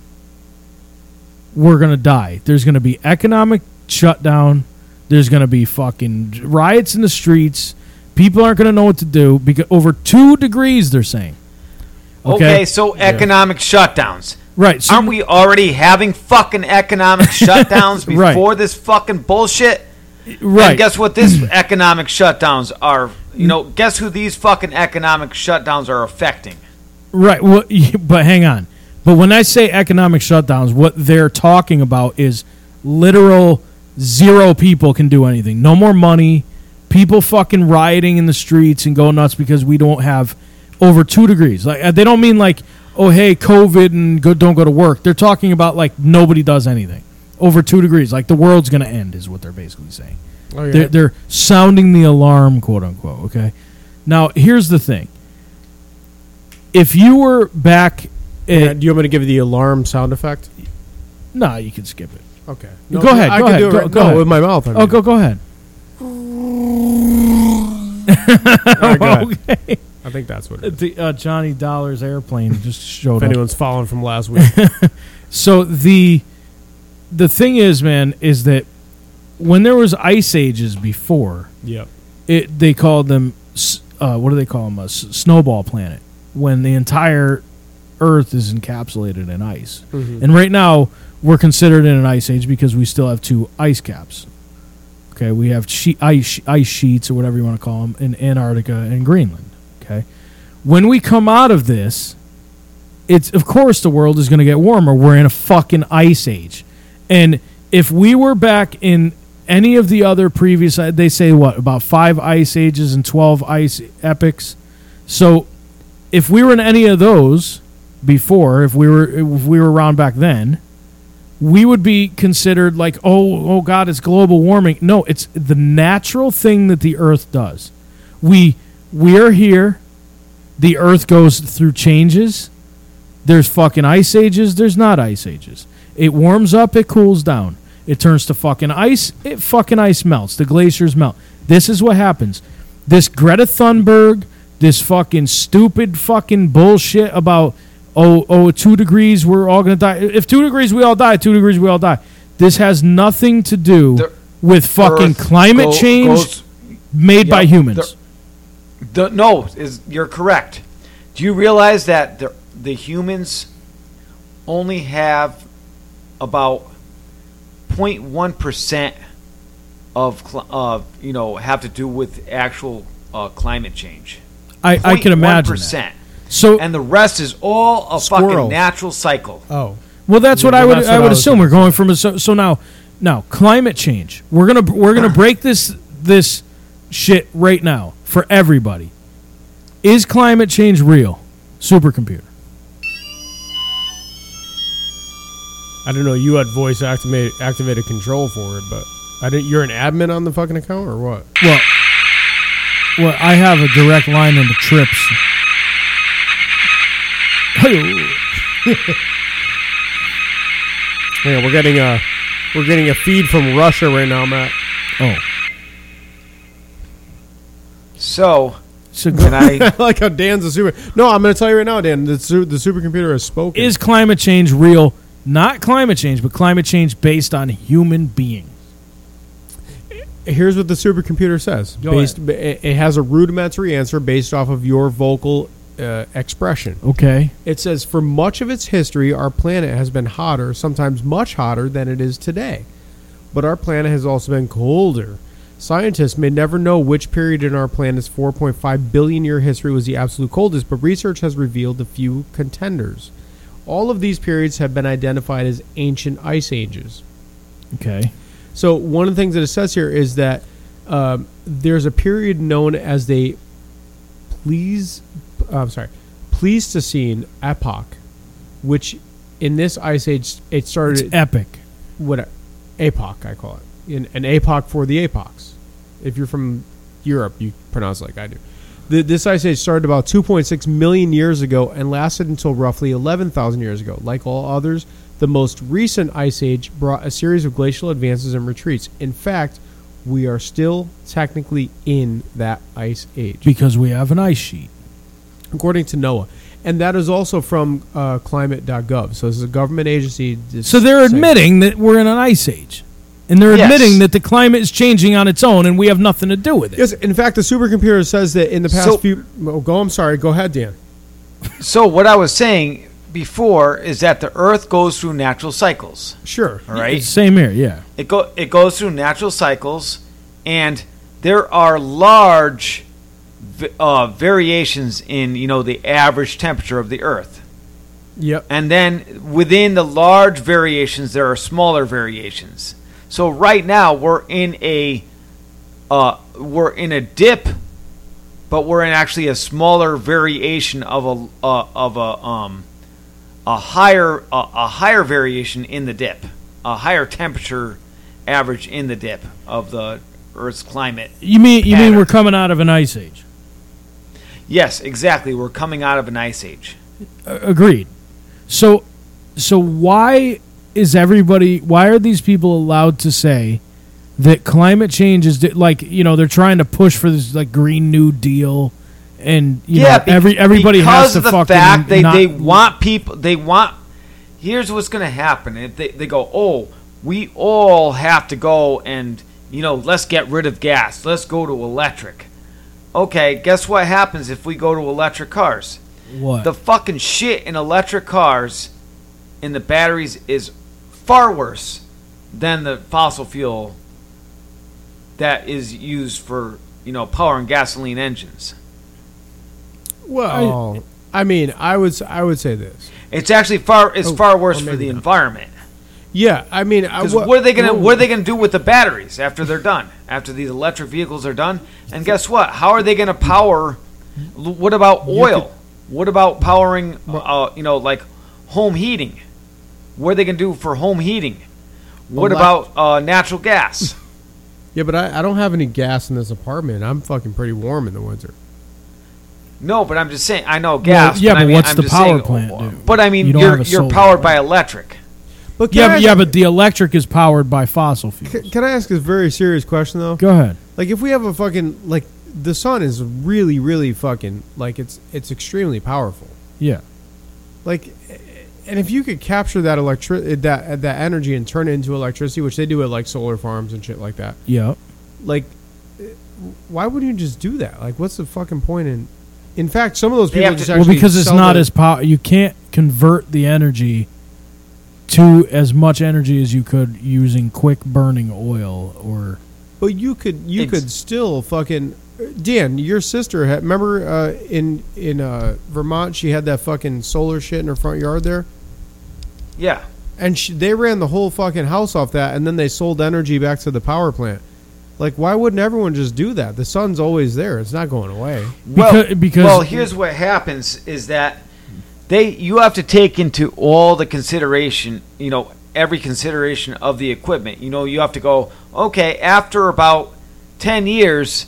S2: we're going to die. There's going to be economic shutdown. There's going to be fucking riots in the streets. People aren't going to know what to do because over 2 degrees they're saying. Okay.
S3: Okay, so economic shutdowns.
S2: Right. So
S3: Aren't we already having fucking economic shutdowns
S2: Right.
S3: before this fucking bullshit?
S2: right.
S3: And guess what? This economic shutdowns are. You know, guess who these fucking economic shutdowns are affecting?
S2: Right. Well, but hang on. But when I say economic shutdowns, what they're talking about is literal zero people can do anything. No more money. People fucking rioting in the streets and going nuts because we don't have over two degrees. Like uh, they don't mean like, oh hey, COVID and go, don't go to work. They're talking about like nobody does anything over two degrees. Like the world's gonna end is what they're basically saying.
S1: Oh, yeah.
S2: They're, they're sounding the alarm, quote unquote. Okay. Now here's the thing if you were back
S1: Yeah,
S2: at,
S1: do you want me to give you the alarm sound effect?
S2: nah you can skip it
S1: Okay.
S2: Go ahead,
S1: I
S2: go
S1: can
S2: ahead,
S1: do it
S2: go-
S1: right-
S2: go
S1: no,
S2: ahead.
S1: with my mouth. I
S2: oh
S1: mean.
S2: go go ahead
S1: All right, go ahead.
S2: okay
S1: I think that's what it is.
S2: the, uh, johnny dollar's airplane just showed
S1: If
S2: up
S1: anyone's following from last week,
S2: so the the thing is man is that when there was ice ages before
S1: yep.
S2: it they called them s- uh, what do they call them a s- snowball planet when the entire earth is encapsulated in ice and right now we're considered in an ice age because we still have two ice caps okay we have she- ice ice sheets or whatever you want to call them in antarctica and greenland okay when we come out of this it's of course the world is going to get warmer. We're in a fucking ice age, and if we were back in any of the other previous, uh, they say what about five ice ages and twelve ice epics. So, if we were in any of those before, if we were if we were around back then, we would be considered like oh oh god, it's global warming. No, it's the natural thing that the Earth does. We we are here. The Earth goes through changes. There's fucking ice ages. There's not ice ages. It warms up. It cools down. It turns to fucking ice. It fucking ice melts. The glaciers melt. This is what happens. This Greta Thunberg. This fucking stupid fucking bullshit about oh oh two degrees we're all gonna die. If two degrees we all die. Two degrees we all die. This has nothing to do
S3: The
S2: with fucking
S3: Earth
S2: climate
S3: go-
S2: change
S3: goes-
S2: made by
S3: Yep.
S2: humans.
S3: The, the- no, is you're correct. Do you realize that the the humans only have about 0.1 percent of cl- of you know have to do with actual uh, climate change?
S2: I, I can imagine. That.
S3: 0.1%.
S2: So
S3: And the rest is all a
S1: Squirrel.
S3: fucking natural cycle.
S1: Oh,
S2: Well, that's what
S1: Yeah,
S2: I would
S1: that's what
S2: I
S1: I
S2: would
S1: was
S2: assume.
S1: gonna
S2: We're going from a, so, so now now climate change. We're gonna we're gonna break this this shit right now for everybody. Is climate change real? Supercomputer.
S1: I don't know. You had voice activated activated control for it, but I didn't. You're an admin on the fucking account or what?
S2: Well, well, I have a direct line into trips.
S1: Yeah, we're getting a we're getting a feed from Russia right now, Matt.
S2: Oh,
S3: So
S2: so
S3: can I?
S1: I like how Dan's a super. No, I'm going to tell you right now, Dan. The su- the supercomputer has spoken.
S2: is climate change real? Not climate change, but climate change based on human beings.
S1: here's what the supercomputer says.
S2: Go
S1: based, it it has a rudimentary answer based off of your vocal uh, expression.
S2: Okay.
S1: It says, for much of its history, our planet has been hotter, sometimes much hotter than it is today. But our planet has also been colder. Scientists may never know which period in our planet's 4.5 billion year history was the absolute coldest, but research has revealed a few contenders. All of these periods have been identified as ancient ice ages.
S2: Okay.
S1: So one of the things that it says here is that um, there's a period known as the please, uh, I'm sorry, Pleistocene epoch, which in this ice age it
S2: It's
S1: started
S2: epic.
S1: what epoch I call it, in, an epoch for the apocs. If you're from Europe, you pronounce it like I do. The, this ice age started about 2.6 million years ago and lasted until roughly 11,000 years ago. Like all others, the most recent ice age brought a series of glacial advances and retreats. In fact, we are still technically in that ice age
S2: Because we have an ice sheet.
S1: according to NOAA. And that is also from uh, climate.gov. So this is a government agency. that's
S2: So they're
S1: saying-
S2: admitting that we're in an ice age. And they're
S3: Yes.
S2: admitting that the climate is changing on its own and we have nothing to do with it.
S1: Yes, in fact, the supercomputer says that in the past
S3: So-
S1: few. Oh, go. I'm sorry. Go ahead, Dan.
S3: So what I was saying before is that the Earth goes through natural cycles.
S1: Sure.
S3: All right.
S2: Same here, yeah.
S3: It go it goes through natural cycles, and there are large v- uh, variations in you know the average temperature of the Earth,
S1: Yep.
S3: and then within the large variations there are smaller variations. So right now we're in a uh, we're in a dip, but we're in actually a smaller variation of a uh, of a um a higher a, a higher variation in the dip, a higher temperature average in the dip of the Earth's climate.
S2: You mean you mean
S3: Pattern.
S2: we're coming out of an ice age?
S3: Yes, exactly. We're coming out of an ice age.
S2: A- Agreed. So, so why is everybody? Why are these people allowed to say that climate change is di- like you know they're trying to push for this like Green New Deal, and you know
S3: be-
S2: every everybody has
S3: because
S2: to
S3: of the
S2: fucking
S3: fact they,
S2: not-
S3: they want people they want here's what's going to happen if they, they go oh we all have to go and you know let's get rid of gas let's go to electric okay guess what happens if we go to electric cars
S2: what?
S3: the fucking shit in electric cars in the batteries is far worse than the fossil fuel that is used for you know power and gasoline engines
S1: Well, I, mean, I would s- I would say this.
S3: It's actually far. It's
S1: Oh,
S3: far worse
S1: or
S3: for
S1: maybe
S3: the
S1: not.
S3: environment.
S1: Yeah, I mean,
S2: Uh,
S1: I,
S3: Because what are they gonna What are they gonna do with the batteries after they're done? After these electric vehicles are done, and guess what? How are they gonna power? l- What about oil? what about powering? Uh, you know, like home heating. What are they gonna do for home heating? What
S1: Elec-
S3: about uh, natural gas?
S1: Yeah, but I, I don't have any gas in this apartment. I'm fucking pretty warm in the winter.
S3: No, but I'm just saying. I know gas.
S2: yeah,
S3: I
S2: but
S3: mean,
S2: what's
S3: I'm
S2: the
S3: just
S2: power
S3: saying,
S2: plant
S3: uh,
S2: do?
S3: But I mean,
S2: You don't
S3: you
S2: have
S3: are
S2: a
S3: you're
S2: solar
S3: powered by electric.
S1: But
S2: yeah, but-
S1: I,
S2: yeah, but the electric is powered by fossil fuels.
S1: can I ask a very serious question though?
S2: Go ahead.
S1: Like, if we have a fucking like, the sun is really, really fucking like it's it's extremely powerful.
S2: Yeah.
S1: Like, and if you could capture that electric that that energy and turn it into electricity, which they do at like solar farms and shit like that,
S2: Yeah.
S1: like, eh, why wouldn't you just do that? Like, what's the fucking point in? In fact, some of those people
S3: have
S1: just
S3: to-
S1: actually
S2: well, because it's
S1: sell
S2: not
S1: their-
S2: as power. You can't convert the energy to as much energy as you could using quick burning oil or
S1: But you could you
S3: Ex-
S1: could still fucking Dan, your sister had, remember uh, in in uh, Vermont she had that fucking solar shit in her front yard there,
S3: Yeah.
S1: and she, they ran the whole fucking house off that, and then they sold energy back to the power plant. Like, why wouldn't everyone just do that? The sun's always there; it's not going away.
S2: Because- because-
S3: well, here's what happens is that they you have to take into all the consideration, you know, every consideration of the equipment. You know, you have to go, okay, after about 10 years,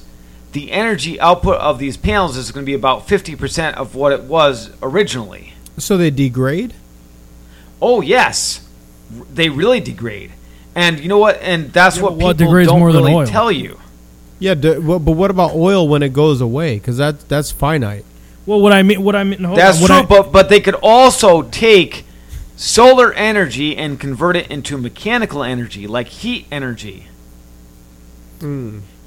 S3: the energy output of these panels is going to be about 50% of what it was originally.
S1: So they degrade.
S3: Oh yes, R- they really degrade. And you know what? And that's
S2: Yeah,
S3: what
S2: but
S3: people
S2: what degrades
S3: don't
S2: more than
S3: really
S2: oil?
S3: tell you.
S1: Yeah, d- wha- but what about oil when it goes away? Because that that's finite.
S2: well, what I mean, what I mean, hold
S3: That's
S2: on, what
S3: true,
S2: I,
S3: but but they could also take solar energy and convert it into mechanical energy, like heat energy.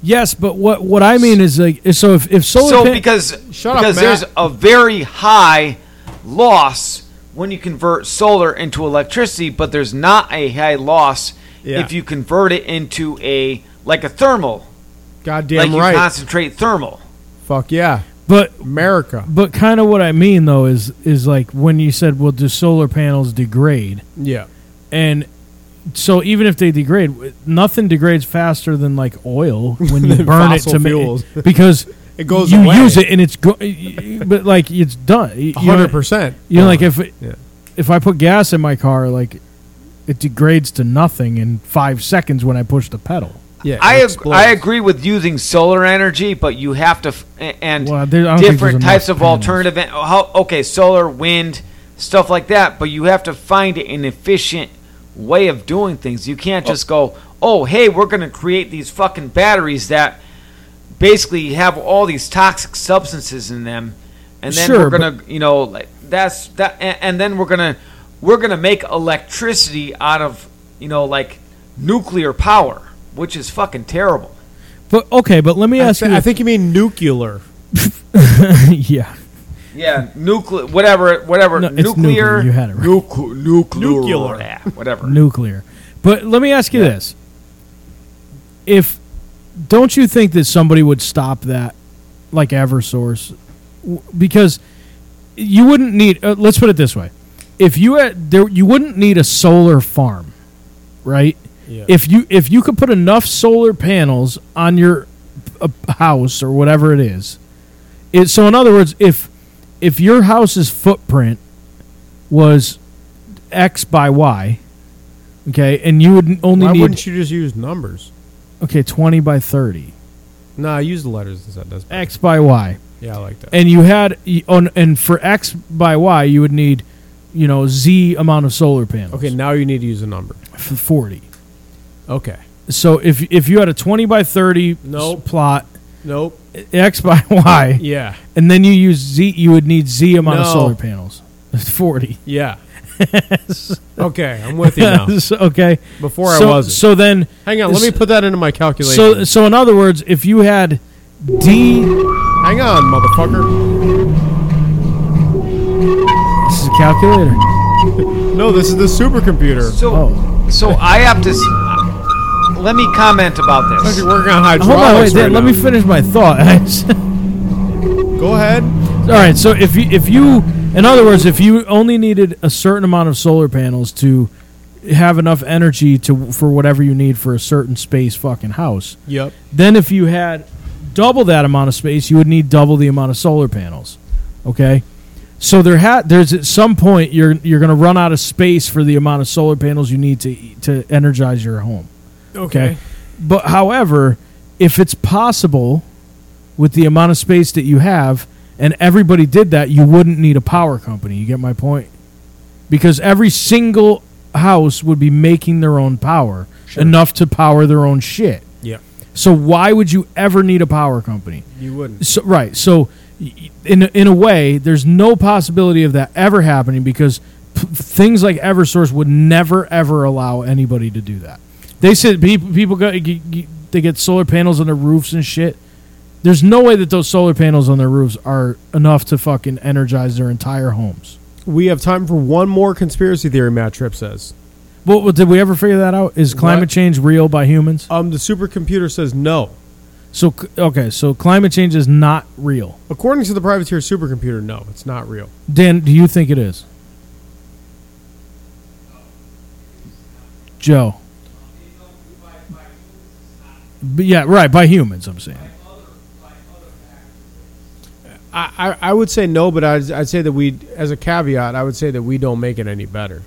S2: yes, but what what I mean is like so if if solar
S3: so
S2: pan-
S3: because
S1: Shut up,
S3: because
S1: Matt.
S3: there's a very high loss when you convert solar into electricity, but there's not a high loss
S1: Yeah.
S3: if you convert it into a like a thermal,
S1: Goddamn
S3: like
S1: right.
S3: you concentrate thermal.
S1: Fuck yeah,
S2: but
S1: America.
S2: but kind of what I mean though is is like when you said well do solar panels degrade
S1: Yeah.
S2: and so even if they degrade, w- nothing degrades faster than like oil when you burn it
S1: Fossil
S2: to ma-
S1: fuels.
S2: because
S1: It goes
S2: You
S1: away.
S2: use it and it's go- but like it's done. You know-
S1: Hundred percent.
S2: You know, like if
S1: Yeah.
S2: if I put gas in my car, like it degrades to nothing in five seconds when I push the pedal.
S1: yeah, it
S3: I ag-
S1: explodes.
S3: I agree with using solar energy, but you have to f- a- and
S2: Well, there- I don't think
S3: different
S2: there's enough
S3: types of
S2: panels.
S3: alternative. en- How, okay, solar, wind, stuff like that, but you have to find an efficient way of doing things. You can't just go, oh, hey, we're going to create these fucking batteries that basically have all these toxic substances in them, and then
S2: Sure,
S3: we're gonna, you know, like that's that, and, and then we're gonna we're gonna make electricity out of you know like nuclear power, which is fucking terrible.
S2: But okay, but let me
S1: I,
S2: ask
S1: thi-
S2: you.
S1: I think you mean nuclear.
S2: yeah.
S3: Yeah, nuclear, whatever, whatever,
S2: No, it's nuclear,
S3: nuclear,
S2: you had it right.
S3: nucle- nuclear,
S2: Nuclear.
S3: yeah, whatever.
S2: nuclear. But let me ask you
S3: Yeah.
S2: this: If don't you think that somebody would stop that, like EverSource, W- because you wouldn't need. Uh, let's put it this way: If you had there, you wouldn't need a solar farm, right?
S1: Yeah.
S2: If you if you could put enough solar panels on your uh, house or whatever it is, it, so in other words, if if your house's footprint was X by Y, okay, and you would only
S1: Why
S2: need
S1: wouldn't you just use numbers?
S2: okay twenty by thirty,
S1: Nah, use the letters instead. That's better.
S2: X by Y,
S1: Yeah, I like that.
S2: and you had y- on and for X by Y you would need you know Z amount of solar panels,
S1: Okay, now you need to use a number.
S2: for forty.
S1: Okay.
S2: So if if you had a twenty by thirty
S1: Nope.
S2: s- plot
S1: Nope.
S2: X by Y,
S1: Yeah.
S2: and then you use Z, you would need Z amount of
S1: No.
S2: solar panels, forty.
S1: Yeah. okay, I'm with you now.
S2: So- okay,
S1: Before I
S2: so,
S1: wasn't.
S2: So then,
S1: Hang on, let me put that into my calculation.
S2: so so in other words, if you had D
S1: Hang on, motherfucker.
S2: This is a calculator.
S1: No, this is the supercomputer.
S3: So,
S2: Oh.
S3: so I have to. s- Let me comment about this.
S1: You're working on hydraulics.
S2: Hold on, wait,
S1: right
S2: Dan, let me
S1: now.
S2: finish my thought.
S1: Go ahead.
S2: All right, so if you, if you, in other words, if you only needed a certain amount of solar panels to have enough energy to for whatever you need for a certain space fucking house,
S1: Yep.
S2: then if you had double that amount of space, you would need double the amount of solar panels. Okay, so there ha- there's at some point you're you're going to run out of space for the amount of solar panels you need to e, to energize your home. Okay. But however, if it's possible with the amount of space that you have and everybody did that, you wouldn't need a power company. You get my point? Because every single house would be making their own power, enough to power their own shit.
S1: Yep.
S2: So why would you ever need a power company?
S1: You wouldn't.
S2: So, right. So, y- y- in a- in a way, there's no possibility of that ever happening because p- things like EverSource would never ever allow anybody to do that. They said people people go, g- g- they get solar panels on their roofs and shit. There's no way that those solar panels on their roofs are enough to fucking energize their entire homes.
S1: We have time for one more conspiracy theory. Matt Tripp says.
S2: But what, did we ever figure that out? Is climate
S1: What?
S2: change real by humans?
S1: Um, the supercomputer says no.
S2: So c- okay, so climate change is not real.
S1: According to the privateer supercomputer, no, it's not real.
S2: Dan, do you think it is? Joe. But yeah, right, by humans, I'm saying.
S1: I, I, I would say no, but I'd, I'd say that we, as a caveat, I would say that we don't make it any better.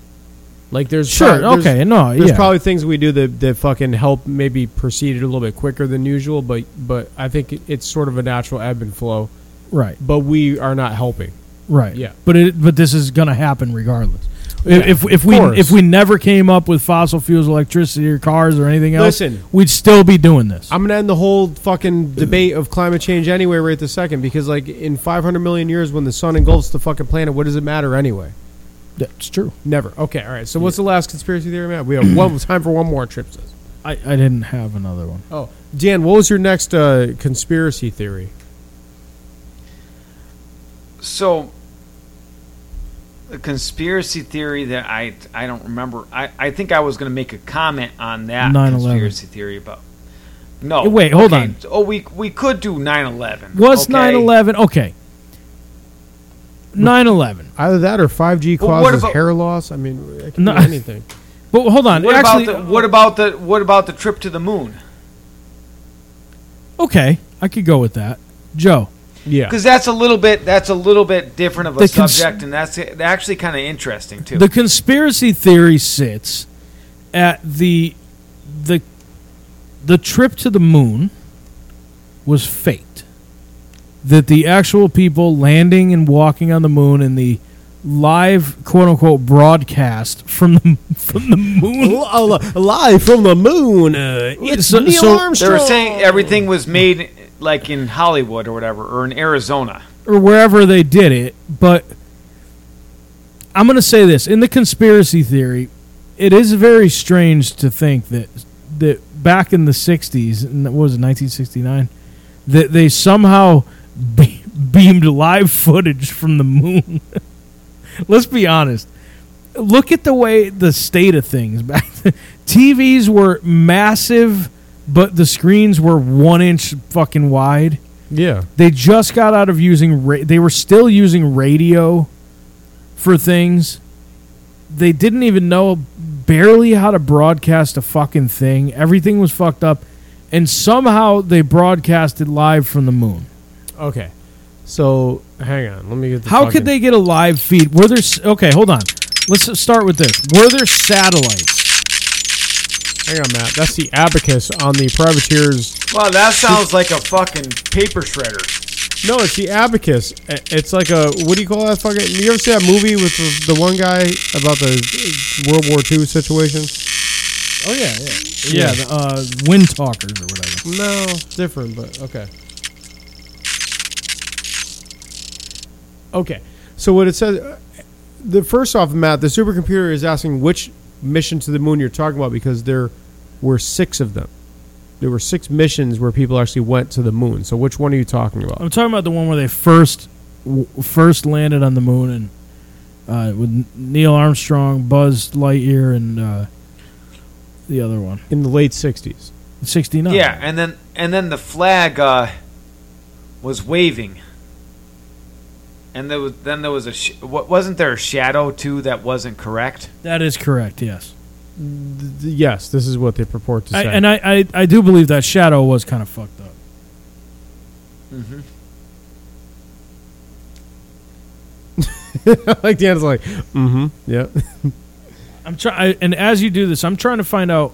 S1: Like there's
S2: Sure,
S1: prob- there's-
S2: okay, no,
S1: There's
S2: yeah.
S1: probably things we do that, that fucking help maybe proceed it a little bit quicker than usual, but but I think it, it's sort of a natural ebb and flow.
S2: Right,
S1: But we are not helping.
S2: right.
S1: Yeah.
S2: But it but this is gonna happen regardless. I-
S1: Yeah,
S2: if
S1: of
S2: if we
S1: course.
S2: if we never came up with fossil fuels, electricity or cars or anything else,
S1: Listen.
S2: we'd still be doing this.
S1: I'm gonna end the whole fucking debate of climate change anyway, right this second, because like in 500 million years, when the sun engulfs the fucking planet, what does it matter anyway?
S2: That's true.
S1: Never. Okay. All right. So what's the last conspiracy theory, Matt? We have one time for one more trip. Says.
S2: I, I didn't have another one.
S1: Oh, Dan, what was your next uh, conspiracy theory?
S3: so the conspiracy theory that I I don't remember. I, I think I was going to make a comment on that
S2: 9/11.
S3: conspiracy theory about. No.
S2: Eh, wait, hold
S3: okay.
S2: on.
S3: Oh, we we could do 9/11.
S2: Was
S3: okay?
S2: nine eleven okay. Nine eleven.
S1: Either that or 5G
S3: Well, what
S1: causes
S3: about-
S1: hair loss. I mean, it can
S2: No.
S1: be anything.
S2: But hold on.
S3: What
S2: Actually,
S3: about the, what about the what about the trip to the moon?
S2: Okay, I could go with that. Joe,
S1: Yeah.
S3: Because that's a little bit that's a little bit different of a
S2: The cons-
S3: subject, and that's actually kind of interesting too.
S2: the conspiracy theory sits at the the the trip to the moon was faked. That the actual people landing and walking on the moon and the live quote unquote broadcast from the from the moon.
S1: Live from the moon, uh, it's
S2: So-
S1: Neil
S2: so-
S3: they
S1: Armstrong.
S3: were saying everything was made like in Hollywood or whatever, or in Arizona.
S2: or wherever they did it, but I'm going to say this in the conspiracy theory, it is very strange to think that that back in the 60s, and that was it, 1969, that they somehow b- beamed live footage from the moon. Let's be honest. Look at the way the state of things back. then. TVs were massive, but the screens were one inch fucking wide.
S1: Yeah.
S2: They just got out of using. Ra- they were still using radio for things. They didn't even know barely how to broadcast a fucking thing. Everything was fucked up, and somehow they broadcasted live from the moon.
S1: Okay. So hang on. Let me get. The
S2: How
S1: fucking-
S2: could they get a live feed? Were there s- okay? Hold on. Let's start with this. Were there satellites?
S1: Hang on, Matt. That's the abacus on the privateer's.
S3: Well, that sounds like a fucking paper shredder.
S1: No, it's the abacus. I- It's like a what do you call that fucking? You ever see that movie with the, the one guy about the uh, World War II situation?
S2: Oh yeah, yeah, yeah. the, uh, wind talkers or whatever.
S1: No, it's different, but okay. Okay. So what it says, uh, the first off, Matt, the supercomputer is asking which mission to the moon you're talking about because there were six of them. There were six missions where people actually went to the moon. So which one are you talking about?
S2: I'm talking about the one where they first w- first landed on the moon and uh, with Neil Armstrong, Buzz Lightyear, and uh, the other one,
S1: In the late '60s.
S2: '69.
S3: Yeah, and then and then the flag uh, was waving, and there was then there was a sh- wa- wasn't there a shadow too that wasn't correct?
S2: that is correct. Yes,
S1: Th- th- yes, this is what they purport to
S2: I,
S1: say.
S2: and I, I I do believe that shadow was kind of fucked up.
S1: like Dan's like, mm-hmm, yeah.
S2: I'm trying, and as you do this, I'm trying to find out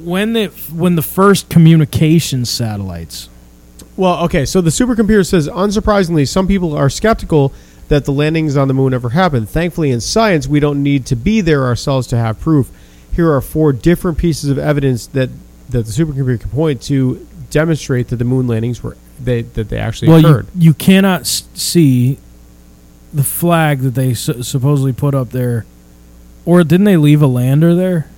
S2: when the when the first communication satellites.
S1: Well, okay, so the supercomputer says, unsurprisingly, some people are skeptical that the landings on the moon ever happened. Thankfully, in science, we don't need to be there ourselves to have proof. Here are four different pieces of evidence that, that the supercomputer can point to demonstrate that the moon landings were they, that they actually
S2: well,
S1: occurred.
S2: you you cannot s- see the flag that they su- supposedly put up there, or didn't they leave a lander there?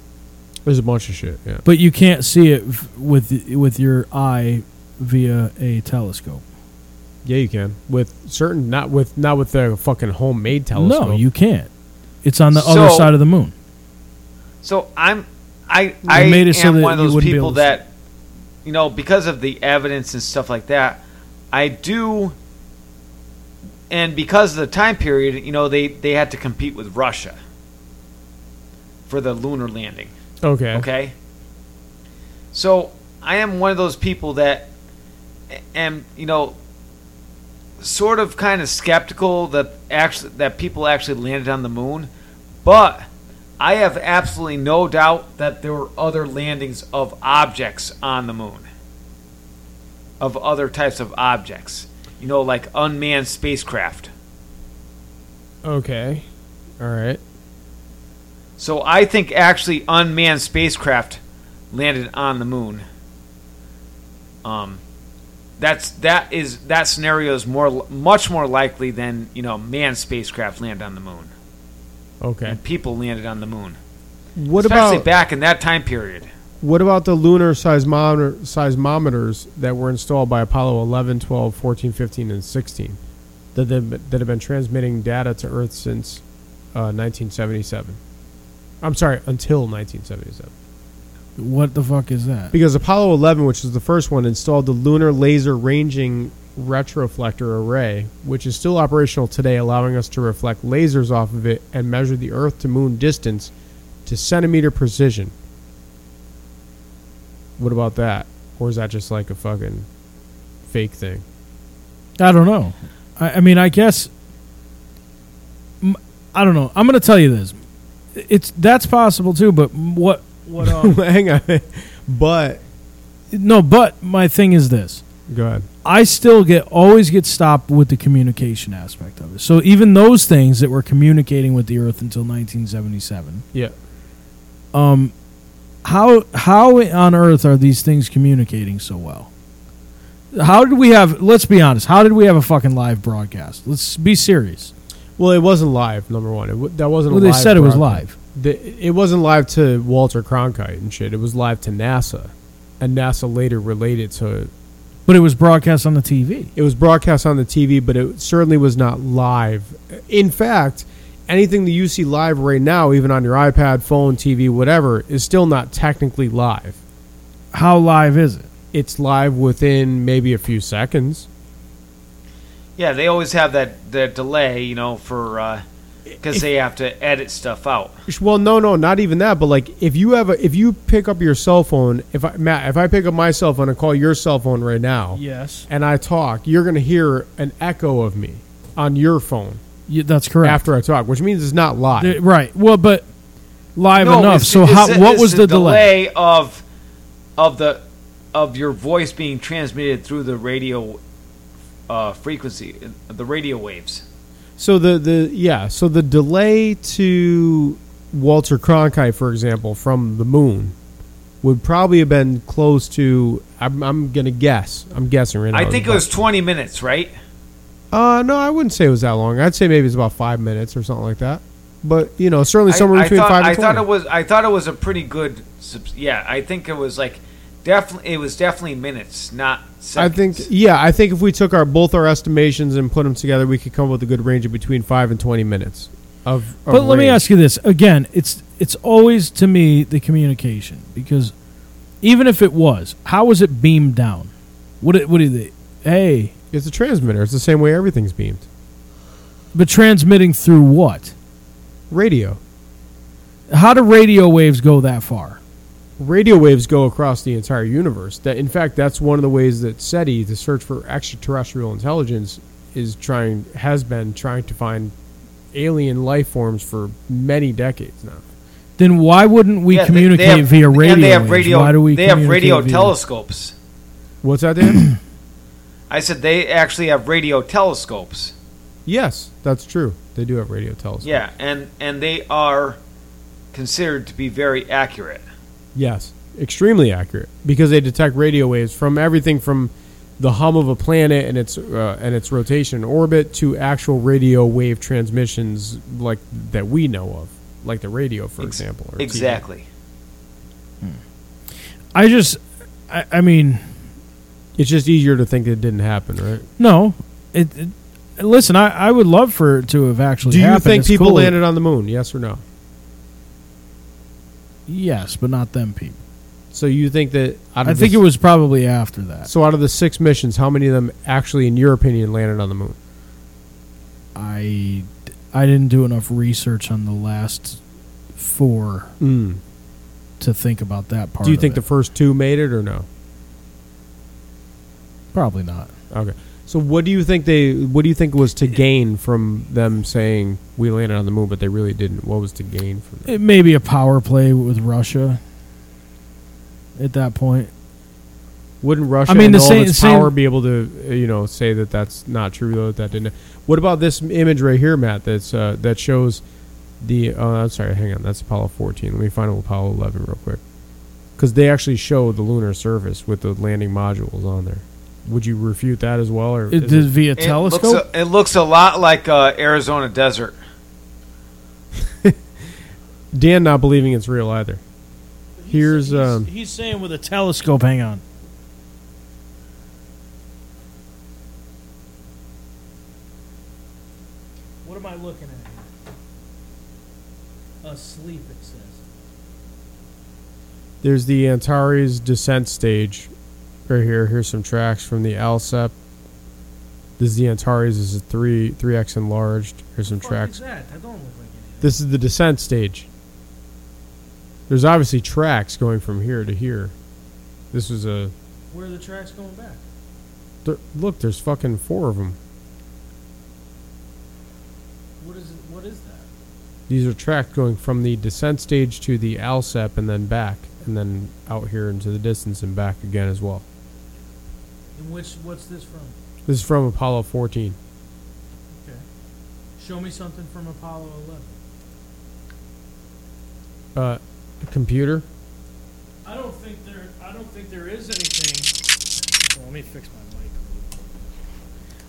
S1: There's a bunch of shit. Yeah.
S2: But you can't see it v- with with your eye via a telescope.
S1: Yeah, you can with certain not with not with the fucking homemade telescope.
S2: No, you can't. It's on the other
S3: So-
S2: side of the moon.
S3: So I'm I I
S2: made it so
S3: am
S2: that
S3: one of
S2: you
S3: those
S2: wouldn't be
S3: people
S2: able to
S3: that you know because of the evidence and stuff like that. I do, and because of the time period, you know they they had to compete with Russia for the lunar landing.
S1: okay.
S3: Okay. So I am one of those people that a- am, you know, sort of kind of skeptical that actually that people actually landed on the moon, but I have absolutely no doubt that there were other landings of objects on the moon, of other types of objects, you know, like unmanned spacecraft.
S1: Okay. All right.
S3: So I think actually unmanned spacecraft landed on the moon. Um, that's that is that scenario is more li- much more likely than you know manned spacecraft land on the moon
S1: Okay.
S3: and people landed on the moon.
S1: What
S3: Especially
S1: about
S3: back in that time period?
S1: What about the lunar seismometer, seismometers that were installed by Apollo 11, 12, 14, 15, and 16 that, they've been- that have been transmitting data to Earth since uh, 1977? I'm sorry, until 1977.
S2: What the fuck is that?
S1: Because Apollo 11, which was the first one, installed the Lunar Laser Ranging Retroflector Array, which is still operational today, allowing us to reflect lasers off of it and measure the Earth to Moon distance to centimeter precision. What about that? Or is that just like a fucking fake thing?
S2: I don't know. I, I mean, I guess. m- I don't know. I'm going to tell you this. It's that's possible too, but what what? Um,
S1: Hang on. but,
S2: no, but my thing is this.
S1: go ahead.
S2: I still get always get stopped with the communication aspect of it. So even those things that were communicating with the Earth until 1977,
S1: Yeah.
S2: um, how how on earth are these things communicating so well? How did we have? Let's be honest. How did we have a fucking live broadcast? Let's be serious.
S1: Well, it wasn't live, number one. It w- that wasn't
S2: Well,
S1: a
S2: they
S1: live
S2: said it was
S1: broadcast.
S2: live.
S1: the, it wasn't live to Walter Cronkite and shit. It was live to NASA, and NASA later related to
S2: But it was broadcast on the TV.
S1: It was broadcast on the TV, but it certainly was not live. In fact, anything that you see live right now, even on your iPad, phone, TV, whatever, is still not technically live.
S2: How live is it?
S1: It's live within maybe a few seconds.
S3: Yeah, they always have that, that delay, you know, for because they have to edit stuff out.
S1: Well, no, no, not even that. But like, if you have a, if you pick up your cell phone, if I, Matt, if I pick up my cell phone and call your cell phone right now,
S2: Yes.
S1: and I talk, you're gonna hear an echo of me on your phone
S2: that's correct.
S1: after I talk, which means it's not live.
S2: Uh, right. Well, but live
S3: No,
S2: enough.
S3: it's-
S2: So
S3: it's
S2: how?
S3: the-
S2: what
S3: it's
S2: was the, delay?
S3: of of the of your voice being transmitted through the radio uh, frequency, uh, the radio waves?
S1: So the the yeah, so the delay to Walter Cronkite, for example, from the moon would probably have been close to. I'm, I'm gonna guess. I'm guessing right now.
S3: I think it was twenty minutes, right?
S1: Uh, no, I wouldn't say it was that long. I'd say maybe it's about five minutes or something like that. But you know, certainly somewhere
S3: I, I
S1: between
S3: thought,
S1: five
S3: I
S1: and
S3: thought
S1: twenty.
S3: it was. I thought it was a pretty good. subs- Yeah, I think it was like definitely. It was definitely minutes, not
S1: I
S3: seconds.
S1: think yeah, I think if we took our both our estimations and put them together, we could come up with a good range of between five and twenty minutes. Of, of
S2: But let me
S1: range.
S2: ask you this again. It's it's always to me the communication because even if it was, how was it beamed down? What it, what is it? Hey,
S1: It's a transmitter. It's the same way everything's beamed.
S2: but transmitting through what?
S1: Radio.
S2: How do radio waves go that far?
S1: radio waves go across the entire universe. That in fact, that's one of the ways that SETI, the search for extraterrestrial intelligence, is trying has been trying to find alien life forms for many decades now.
S2: Then why wouldn't we
S3: Yeah, they- they
S2: communicate
S3: have-
S2: via
S3: and
S2: radio?
S3: They have
S2: waves?
S3: radio.
S2: Why do we?
S3: they have radio
S2: communicate via-
S3: telescopes.
S1: What's that, Dan?
S3: I said they actually have radio telescopes.
S1: yes, that's true. They do have radio telescopes.
S3: Yeah, and and they are considered to be very accurate.
S1: Yes, extremely accurate because they detect radio waves from everything from the hum of a planet and its uh, and its rotation and orbit to actual radio wave transmissions like that we know of, like the radio, for
S3: Ex-
S1: example. or TV.
S3: Exactly.
S2: I just, I, I mean,
S1: It's just easier to think it didn't happen, right?
S2: no. It, it- listen, I, I would love for it to have actually.
S1: Do you
S2: happened.
S1: think
S2: It's
S1: people
S2: cool.
S1: landed on the moon? Yes or no?
S2: Yes, but not them people.
S1: So you think that out of
S2: I think it
S1: the-
S2: was probably after that.
S1: so out of the six missions, how many of them actually, in your opinion, landed on the moon?
S2: I I didn't do enough research on the last four
S1: Mm.
S2: to think about that part.
S1: Do you
S2: of
S1: think
S2: it.
S1: the first two made it or no?
S2: probably not?
S1: Okay. So what do you think they? What do you think was to gain from them saying we landed on the moon, but they really didn't? What was to gain from that?
S2: It may be a power play with Russia at that point.
S1: Wouldn't Russia,
S2: I mean,
S1: in
S2: the
S1: all of
S2: same-
S1: its
S2: same-
S1: power, be able to, uh, you know, say that that's not true though? That didn't. What about this image right here, Matt? That's uh, that shows the. Oh, I'm sorry. Hang on. That's Apollo 14. Let me find Apollo 11 real quick, because they actually show the lunar surface with the landing modules on there. Would you refute that as well, or
S2: It,
S1: is
S2: did via
S3: It looks, a,
S2: telescope.
S3: it looks a lot like uh, Arizona desert.
S1: it- Dan not believing it's real either? Here's um,
S2: he's saying with a telescope. Hang on. What am I looking at? Asleep, it says.
S1: There's the Antares descent stage right here. Here's some tracks from the Alcep. This is the Antares. This is three three X enlarged. Here's some tracks.
S2: that? That don't look like anything.
S1: This is the descent stage. There's obviously tracks going from here to here. This was a
S2: Where are the tracks going back?
S1: there, look. There's fucking four of them.
S2: What is it, what is that?
S1: These are tracks going from the descent stage to the Alcep and then back and then out here into the distance and back again as well.
S2: And which what's this from?
S1: This is from Apollo 14.
S2: Okay. Show me something from Apollo 11.
S1: Uh, computer.
S2: I don't think there I don't think there is anything. Well, let me fix my mic.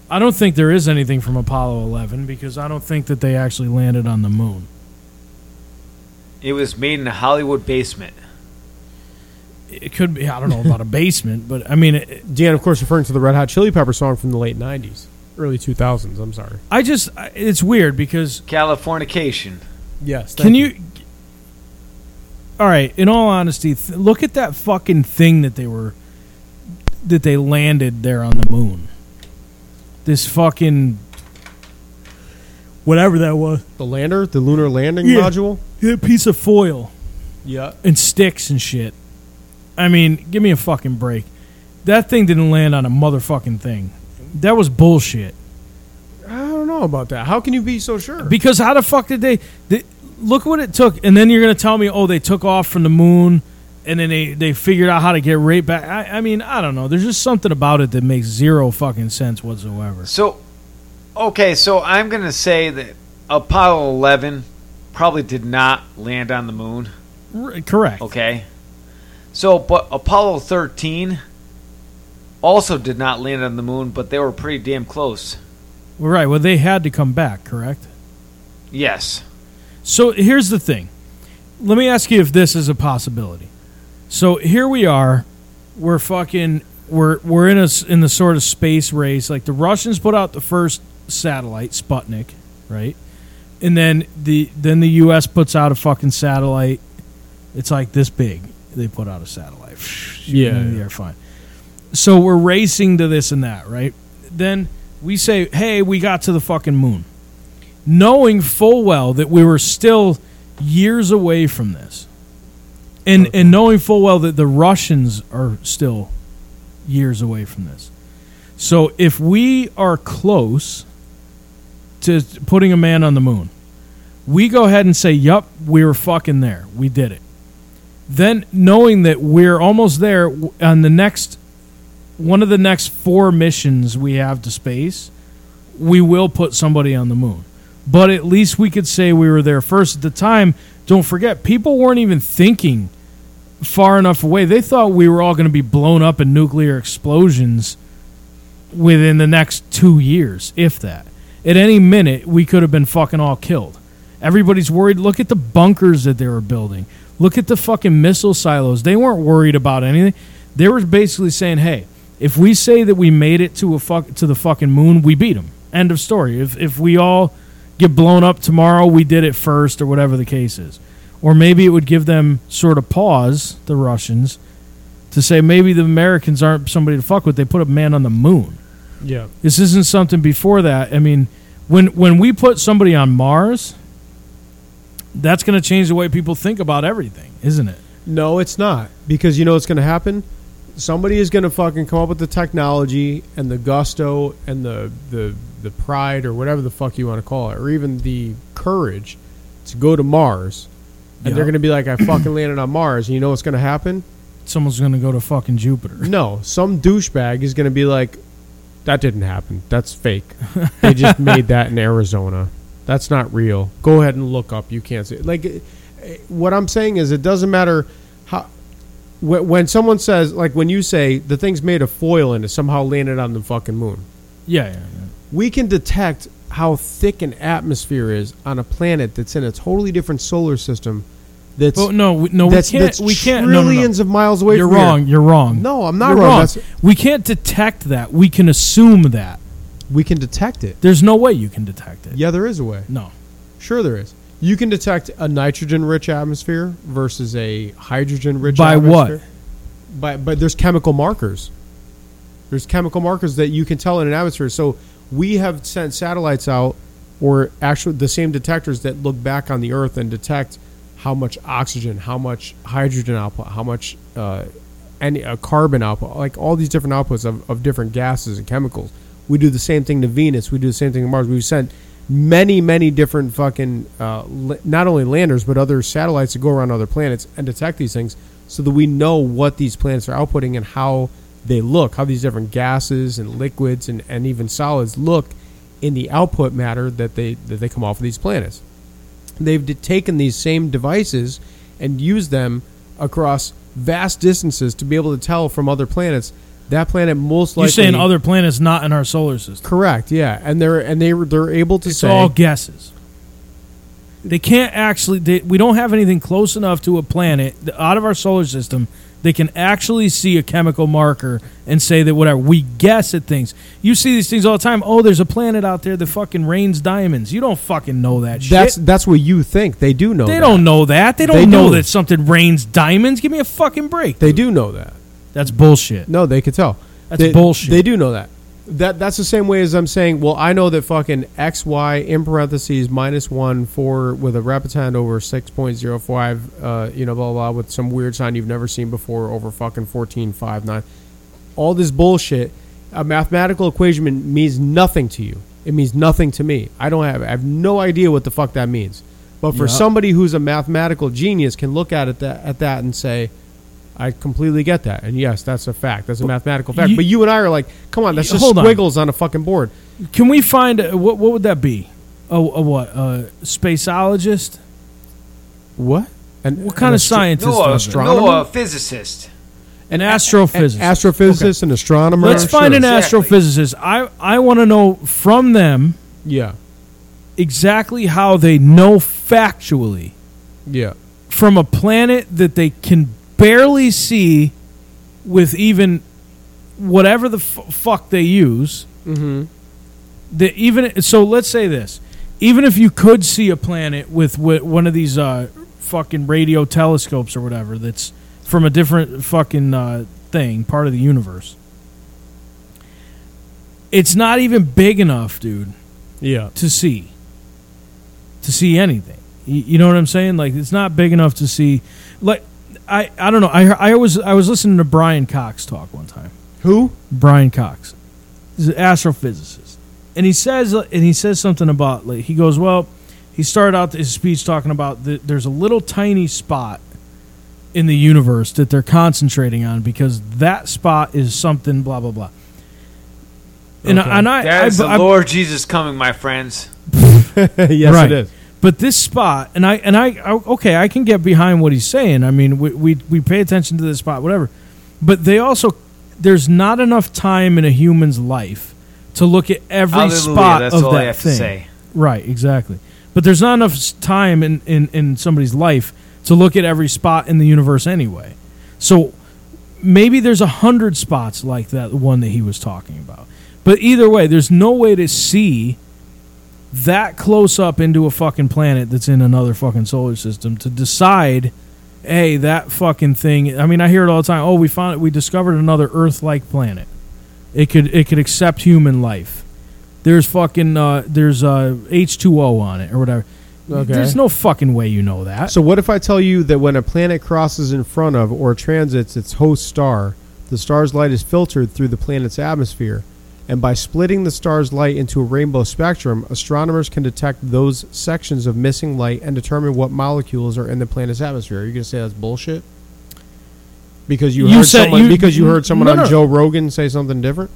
S2: I don't think there is anything from Apollo 11 because I don't think that they actually landed on the moon.
S3: It was made in a Hollywood basement.
S2: it could be. I don't know about a basement, but I mean, it,
S1: Dan, of course, referring to the Red Hot Chili Pepper song from the late '90s, early 2000s. I'm sorry.
S2: I just I- it's weird because
S3: Californication.
S1: Yes.
S2: can you? All right. In all honesty, th- look at that fucking thing that they were that they landed there on the moon. This fucking whatever that was,
S1: the lander, the lunar landing
S2: Yeah.
S1: module?
S2: a piece of foil.
S1: Yeah.
S2: and sticks and shit. I mean, give me a fucking break. That thing didn't land on a motherfucking thing. That was bullshit.
S1: I don't know about that. How can you be so sure?
S2: Because how the fuck did they? they look what it took, and then you're gonna tell me, oh, they took off from the moon, and then they they figured out how to get right back. I, I mean, I don't know. There's just something about it that makes zero fucking sense whatsoever.
S3: So, okay, so I'm gonna say that Apollo 11 probably did not land on the moon.
S2: R- correct.
S3: Okay. So, but Apollo 13 also did not land on the moon, but they were pretty damn close.
S2: Right. Well, they had to come back. Correct.
S3: Yes.
S2: So here's the thing. Let me ask you if this is a possibility. So here we are. We're fucking. We're we're in a s- in the sort of space race. Like the Russians put out the first satellite, Sputnik, right? And then the then the U.S. puts out a fucking satellite. It's like this big. They put out a satellite.
S1: Yeah, yeah.
S2: they're fine. So we're racing to this and that, right? Then we say, "Hey, we got to the fucking moon." knowing full well that we were still years away from this, and and knowing full well that the Russians are still years away from this. So if we are close to putting a man on the moon, we go ahead and say, "Yup, we were fucking there. We did it." Then knowing that we're almost there w- on the next one of the next four missions we have to space, we will put somebody on the moon. But at least we could say we were there first. At the time, don't forget, people weren't even thinking far enough away. They thought we were all going to be blown up in nuclear explosions within the next two years, if that. At any minute, we could have been fucking all killed. Everybody's worried. Look at the bunkers that they were building. Look at the fucking missile silos. They weren't worried about anything. They were basically saying, "Hey, if we say that we made it to a fuck to the fucking moon, we beat them. End of story. If if we all get blown up tomorrow, we did it first, or whatever the case is." Or maybe it would give them sort of pause, the Russians, to say maybe the Americans aren't somebody to fuck with. They put a man on the moon.
S1: yeah.
S2: This isn't something before that. I mean, when when we put somebody on Mars, that's going to change the way people think about everything, isn't it?
S1: No, it's not. Because you know what's going to happen? Somebody is going to fucking come up with the technology and the gusto and the, the, the pride or whatever the fuck you want to call it, or even the courage to go to Mars. And
S2: Yeah.
S1: they're going to be like, I fucking landed on Mars. And you know what's going to happen?
S2: Someone's going to go to fucking Jupiter.
S1: No, some douchebag is going to be like, that didn't happen. That's fake. They just made that in Arizona. That's not real. Go ahead and look up. You can't see. Like, eh, eh, what I'm saying is, it doesn't matter how. wh- When someone says, like, when you say the thing's made of foil and it somehow landed on the fucking moon,
S2: Yeah, yeah, yeah.
S1: we can detect how thick an atmosphere is on a planet that's in a totally different solar system. That's
S2: But no, we, no,
S1: that's,
S2: we can't.
S1: that's
S2: we can't. No, no, no.
S1: trillions of miles away.
S2: You're
S1: from here.
S2: wrong. You're wrong.
S1: No, I'm not
S2: You're
S1: wrong.
S2: wrong.
S1: That's-
S2: We can't detect that. We can assume that.
S1: We can detect it.
S2: There's no way you can detect it.
S1: Yeah, there is a way.
S2: No.
S1: Sure, there is. You can detect a nitrogen-rich atmosphere versus a hydrogen-rich
S2: By what?
S1: atmosphere. By but there's chemical markers. There's chemical markers that you can tell in an atmosphere. So we have sent satellites out, or actually the same detectors that look back on the Earth and detect how much oxygen, how much hydrogen output, how much uh, any uh, carbon output, like all these different outputs of, of different gases and chemicals. We do the same thing to Venus. We do the same thing to Mars. We've sent many, many different fucking uh, la- not only landers but other satellites that go around other planets and detect these things, so that we know what these planets are outputting and how they look, how these different gases and liquids and, and even solids look in the output matter that they that they come off of these planets. They've d- taken these same devices and used them across vast distances to be able to tell from other planets that planet most likely
S2: You're saying other planets not in our solar system.
S1: correct yeah and they're and they were- they're able to
S2: It's
S1: say
S2: all guesses. They can't actually. They, we don't have anything close enough to a planet th- out of our solar system They can actually see a chemical marker and say that whatever we guess at things. You see these things all the time. Oh, there's a planet out there that fucking rains diamonds. You don't fucking know that shit.
S1: That's that's what you think. They do know.
S2: they
S1: that.
S2: don't know that. They don't
S1: They
S2: know
S1: do.
S2: that something rains diamonds. Give me a fucking break.
S1: They do know that.
S2: That's bullshit.
S1: No, they could tell.
S2: That's
S1: They-
S2: bullshit.
S1: They do know that. That that's the same way as I'm saying. Well, I know that fucking x y in parentheses minus one four with a rapid hand over six point zero five. Uh, you know, blah, blah blah with some weird sign you've never seen before over fucking fourteen five nine. All this bullshit. A mathematical equation means nothing to you. It means nothing to me. I don't have. I have no idea what the fuck that means. But for
S2: Yep.
S1: somebody who's a mathematical genius, can look at it that, at that and say, I completely get that, and yes, that's a fact. That's a mathematical fact.
S2: you-
S1: but you and I are like, come on, that's
S2: You-
S1: just
S2: hold on.
S1: squiggles on. a fucking board.
S2: Can we find a, what? What would that be? A, a what? A spaceologist?
S1: What? And
S2: What kind of scientist?
S3: No,
S2: does it?
S1: astronomer?
S3: no, a physicist.
S2: An astrophysicist.
S1: An astrophysicist, an astronomer.
S2: Let's find an
S3: Exactly.
S2: astrophysicist. I I want to know from them
S1: Yeah,
S2: exactly how they know factually
S1: yeah,
S2: from a planet that they can barely see with even whatever the f- fuck they use. Mm-hmm. That even so, let's say this: even if you could see a planet with, with one of these uh, fucking radio telescopes or whatever that's from a different fucking uh, thing, part of the universe, it's not even big enough, dude
S1: yeah.
S2: to see to see anything you, you know what i'm saying like it's not big enough to see like i i don't know i hear- i was i was listening to brian cox talk one time
S1: Who?
S2: brian cox he's an astrophysicist and he says and he says something about like he goes well he started out his speech talking about that there's a little tiny spot in the universe that they're concentrating on because that spot is something blah blah blah and, I, and I,
S3: That is
S2: I,
S3: the
S2: I,
S3: Lord Jesus coming, my friends.
S1: yes, it
S2: Right.
S1: is.
S2: But this spot, and I and I, I okay, I can get behind what he's saying. I mean, we we, we pay attention to this spot, whatever. But they also there's not enough time in a human's life to look at every
S3: Hallelujah,
S2: spot
S3: that's
S2: of
S3: all
S2: that
S3: I have to
S2: thing.
S3: say.
S2: Right, exactly. But there's not enough s- time in, in, in somebody's life to look at every spot in the universe anyway. So maybe there's a hundred spots like that one that he was talking about. But either way, there's no way to see that close up into a fucking planet that's in another fucking solar system to decide, hey, that fucking thing. I mean, I hear it all the time. Oh, we found it. We discovered another Earth-like planet. It could it could accept human life. There's fucking uh, there's uh, H2O on it or whatever.
S1: Okay.
S2: There's no fucking way you know that.
S1: So what if I tell you that when a planet crosses in front of or transits its host star, the star's light is filtered through the planet's atmosphere, and by splitting the star's light into a rainbow spectrum, astronomers can detect those sections of missing light and determine what molecules are in the planet's atmosphere. Are you gonna say that's bullshit? Because you,
S2: You
S1: heard
S2: said-
S1: someone
S2: you-
S1: because you heard someone
S2: no,
S1: on
S2: no.
S1: Joe Rogan say something different?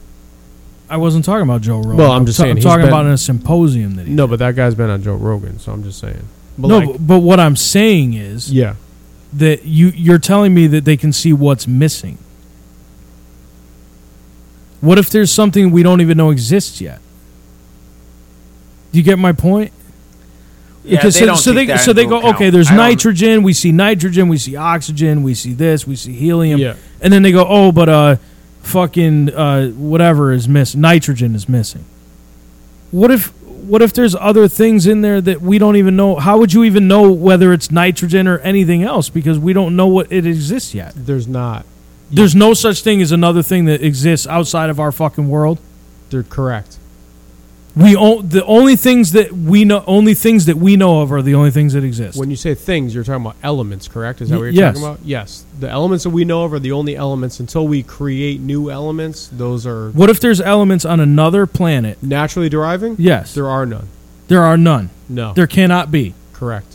S2: I wasn't talking about Joe Rogan.
S1: Well, I'm just saying
S2: I'm
S1: he's
S2: talking
S1: been-
S2: about in a symposium that he.
S1: No, but that guy's been on Joe Rogan, so I'm just saying. But
S2: no,
S1: like-
S2: but, but what I'm saying is
S1: yeah.
S2: that you you're telling me that they can see what's missing. What if there's something we don't even know exists yet? Do you get my point?
S3: Yeah,
S2: Because
S3: they
S2: so,
S3: don't
S2: so
S3: take
S2: they
S3: that
S2: so they
S3: into
S2: go
S3: account.
S2: okay. There's
S3: I don't-
S2: nitrogen. We see nitrogen. We see oxygen. We see this. We see helium.
S1: Yeah.
S2: And then they go oh, but uh, fucking uh, whatever is missing. Nitrogen is missing. What if what if there's other things in there that we don't even know? How would you even know whether it's nitrogen or anything else because we don't know what it exists yet?
S1: There's not.
S2: There's no such thing as another thing that exists outside of our fucking world.
S1: They're correct.
S2: We o- the only things that we know only things that we know of are the only things that exist.
S1: When you say things, you're talking about elements, correct? Is that
S2: Y-
S1: what you're
S2: yes.
S1: talking about? Yes. The elements that we know of are the only elements. Until we create new elements, those are
S2: what if there's elements on another planet?
S1: naturally deriving.
S2: Yes.
S1: There are none.
S2: There are none.
S1: No.
S2: There cannot be.
S1: correct.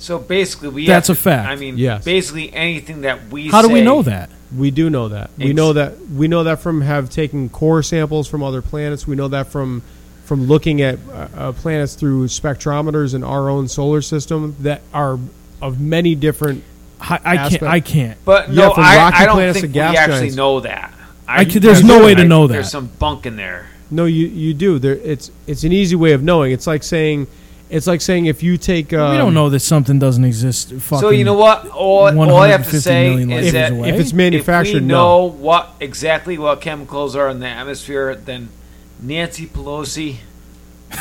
S3: So basically, we.
S2: That's
S3: have
S2: a
S3: to-
S2: fact.
S3: I mean,
S1: Yes.
S3: basically anything that we.
S2: How do we
S3: say-
S2: know that?
S1: We do know that. We
S3: Ex-
S1: know that. We know that from have taken core samples from other planets. We know that from from looking at uh, uh, planets through spectrometers in our own solar system that are of many different.
S2: I, I can't.
S1: Aspect.
S2: I can't.
S3: But
S1: Yeah,
S3: no,
S1: from
S3: I,
S1: rocky
S3: I don't
S1: planets to
S3: think we
S1: gas
S3: actually
S1: giants.
S3: know that.
S2: I could- there's no way to know that.
S3: There's some bunk in there.
S1: No, you you do. There, it's it's an easy way of knowing. It's like saying It's like saying if you take. Um,
S2: we don't know that something doesn't exist. Fucking
S3: So you know what? All, all I have to
S2: 150
S3: say
S2: million light
S3: is
S2: years
S3: that
S2: away.
S1: if it's
S3: if we
S1: manufactured,
S3: know what exactly what chemicals are in the atmosphere, then Nancy Pelosi,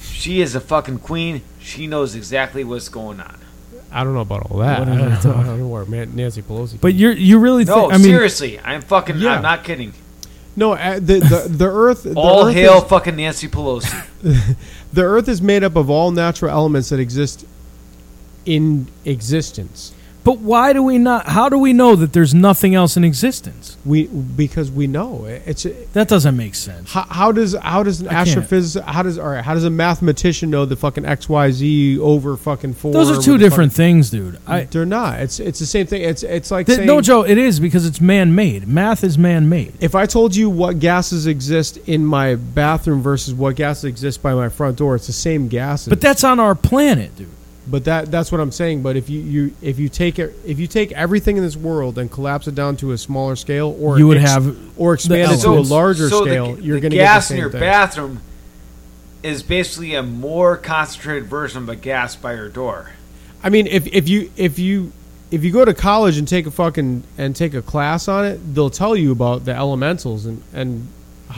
S3: she is a fucking queen. She knows exactly what's going on.
S1: no. I don't know about all that.
S2: What
S1: I
S2: are you
S1: don't,
S2: talking-
S1: I don't know where Man- Nancy Pelosi.
S2: But you you really think?
S3: No,
S2: I mean,
S3: seriously, I'm fucking.
S1: Yeah.
S3: I'm not kidding.
S1: no, uh, the, the the Earth. the
S3: All
S1: Earth
S3: hail
S1: is-
S3: fucking Nancy Pelosi.
S1: the Earth is made up of all natural elements that exist in existence.
S2: but why do we not? How do we know that there's nothing else in existence?
S1: We because we know it- it's
S2: That doesn't make sense.
S1: how, how does how does an
S2: I can't.
S1: astrophysicist how does all right, how does a mathematician know the fucking x y z over fucking four?
S2: Those are
S1: with
S2: two
S1: the
S2: different things, dude. I
S1: Fucking, they're not. It's it's the same thing. It's it's like
S2: th-
S1: saying,
S2: no, Joe. It is because it's man made. Math is man made.
S1: If I told you what gases exist in my bathroom versus what gases exist by my front door, it's the same gases.
S2: But that's on our planet, dude.
S1: But that that's what I'm saying. But if you, you if you take it if you take everything in this world and collapse it down to a smaller scale, or
S2: You would have
S1: or expand it to a
S2: elements.
S1: larger
S3: so the-
S1: scale, you're
S3: the
S1: going to get the
S3: gas
S1: same
S3: in your
S1: thing.
S3: bathroom is basically a more concentrated version of a gas by your door.
S1: I mean, if if you if you if you go to college and take a fucking and take a class on it, they'll tell you about the elementals and and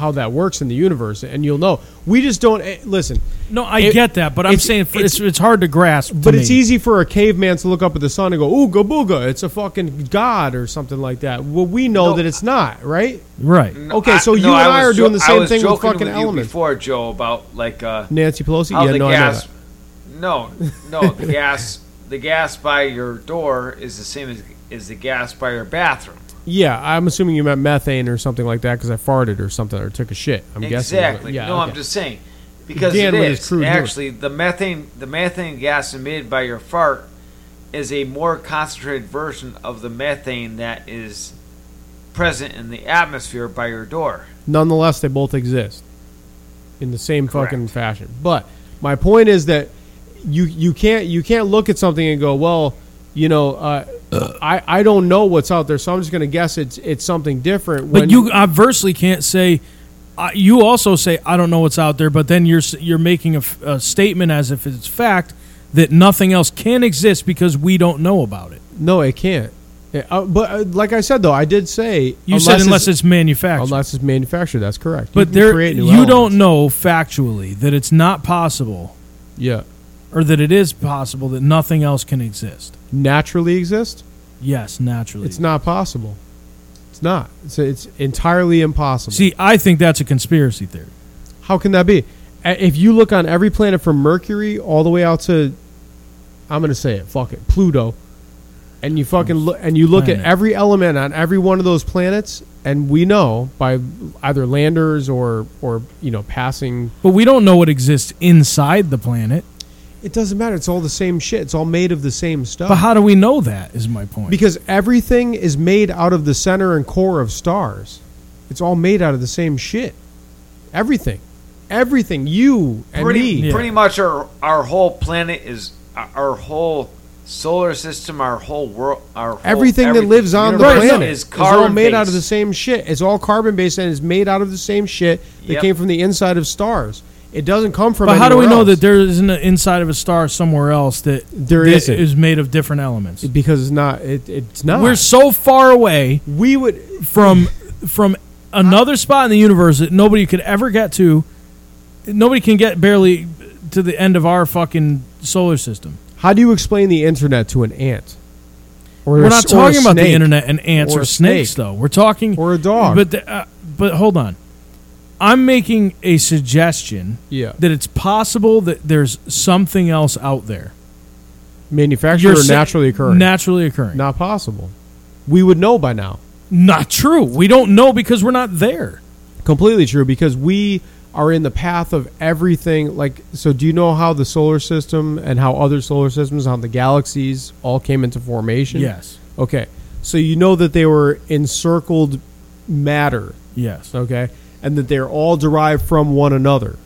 S1: how that works in the universe, and you'll know. We just don't eh, listen.
S2: No, I
S1: It-
S2: get that, but I'm
S1: it's-
S2: saying for,
S1: it's-
S2: it's, it's hard to grasp. to
S1: But it's
S2: me.
S1: easy for a caveman to look up at the sun and go, "Ooga booga!" It's a fucking god or something like that. Well, we know
S3: No,
S1: that it's not, right?
S2: right?
S3: No,
S1: Okay, so you
S3: no,
S1: and I
S3: was
S1: are doing the same
S3: was
S1: thing with
S3: joking
S1: fucking
S3: you
S1: elements.
S3: Before Joe about like uh,
S1: Nancy Pelosi.
S3: how
S1: yeah,
S3: the
S1: no,
S3: gas.
S1: I know
S3: No, no, the gas. The gas by your door is the same as is the gas by your bathroom.
S1: that. Yeah, I'm assuming you meant methane or something like that because I farted or something or took a shit. I'm guessing. but-
S3: exactly.
S1: Yeah,
S3: no,
S1: okay.
S3: I'm just saying because
S1: Dan
S3: it
S1: with his
S3: is
S1: crude humor.
S3: actually the methane the methane gas emitted by your fart is a more concentrated version of the methane that is present in the atmosphere by your door.
S1: Nonetheless, they both exist in the same fucking
S3: Correct.
S1: fashion. But my point is that you you can't you can't look at something and go, well, you know, uh, I I don't know what's out there, so I'm just going to guess it's it's something different.
S2: But you obversely can't say. I you also say I don't know what's out there, but then you're s- you're making a, f- a statement as if it's fact that nothing else can exist because we don't know about it.
S1: no, it can't. Yeah, uh, but uh, like I said though, I did say
S2: You said unless it's, manufactured,
S1: unless it's manufactured. That's correct.
S2: but
S1: can
S2: there
S1: create
S2: you
S1: new
S2: don't
S1: elements.
S2: know factually that it's not possible
S1: Yeah,
S2: or that it is possible that nothing else can exist.
S1: naturally exist.
S2: Yes, naturally.
S1: It's not possible. It's not. It's, it's entirely impossible.
S2: See, I think that's a conspiracy theory.
S1: How can that be? A- If you look on every planet from Mercury all the way out to, I'm gonna say it, fuck it, Pluto, and you fucking look and you look
S2: Planet.
S1: at every element on every one of those planets, and we know by either landers or or you know passing.
S2: But we don't know what exists inside the planet.
S1: It doesn't matter. It's all the same shit. It's all made of the same stuff.
S2: But how do we know that is my point.
S1: because everything is made out of the center and core of stars. It's all made out of the same shit. Everything, everything. You and
S3: pretty
S1: me.
S3: pretty much our our whole planet is our- our whole solar system, our whole world, our whole,
S1: everything that lives on the
S3: universe
S1: planet
S3: is
S1: is,
S3: carbon
S1: all made out of the
S3: based.
S1: same shit. It's all carbon based and it's made out of the same shit that
S3: Yep.
S1: came from the inside of stars. It doesn't come from.
S2: But how do we
S1: anywhere
S2: know that
S1: else.
S2: there isn't an inside of a star somewhere else that
S1: There
S2: that
S1: isn't.
S2: is made of different elements?
S1: Because it's not. It, it's not.
S2: We're so far away
S1: we would.
S2: from from another spot in the universe that nobody could ever get to. Nobody can get barely to the end of our fucking solar system.
S1: How do you explain the internet to an ant? Or
S2: We're
S1: a
S2: not
S1: s- or a
S2: talking about the
S1: snake?
S2: internet and ants
S1: Or
S2: or,
S1: a
S2: snakes,
S1: snake.
S2: though. We're talking
S1: Or a dog.
S2: But the, uh, but hold on, I'm making a suggestion
S1: Yeah.
S2: that it's possible that there's something else out there.
S1: Manufactured or
S2: sa-
S1: naturally occurring.
S2: Naturally occurring.
S1: not possible. We would know by now.
S2: Not true. We don't know because we're not there.
S1: Completely true because we are in the path of everything. Like, so do you know how the solar system and how other solar systems, how the galaxies all came into formation?
S2: Yes.
S1: Okay. So you know that they were encircled matter,
S2: Yes.
S1: okay? And that they're all derived from one another.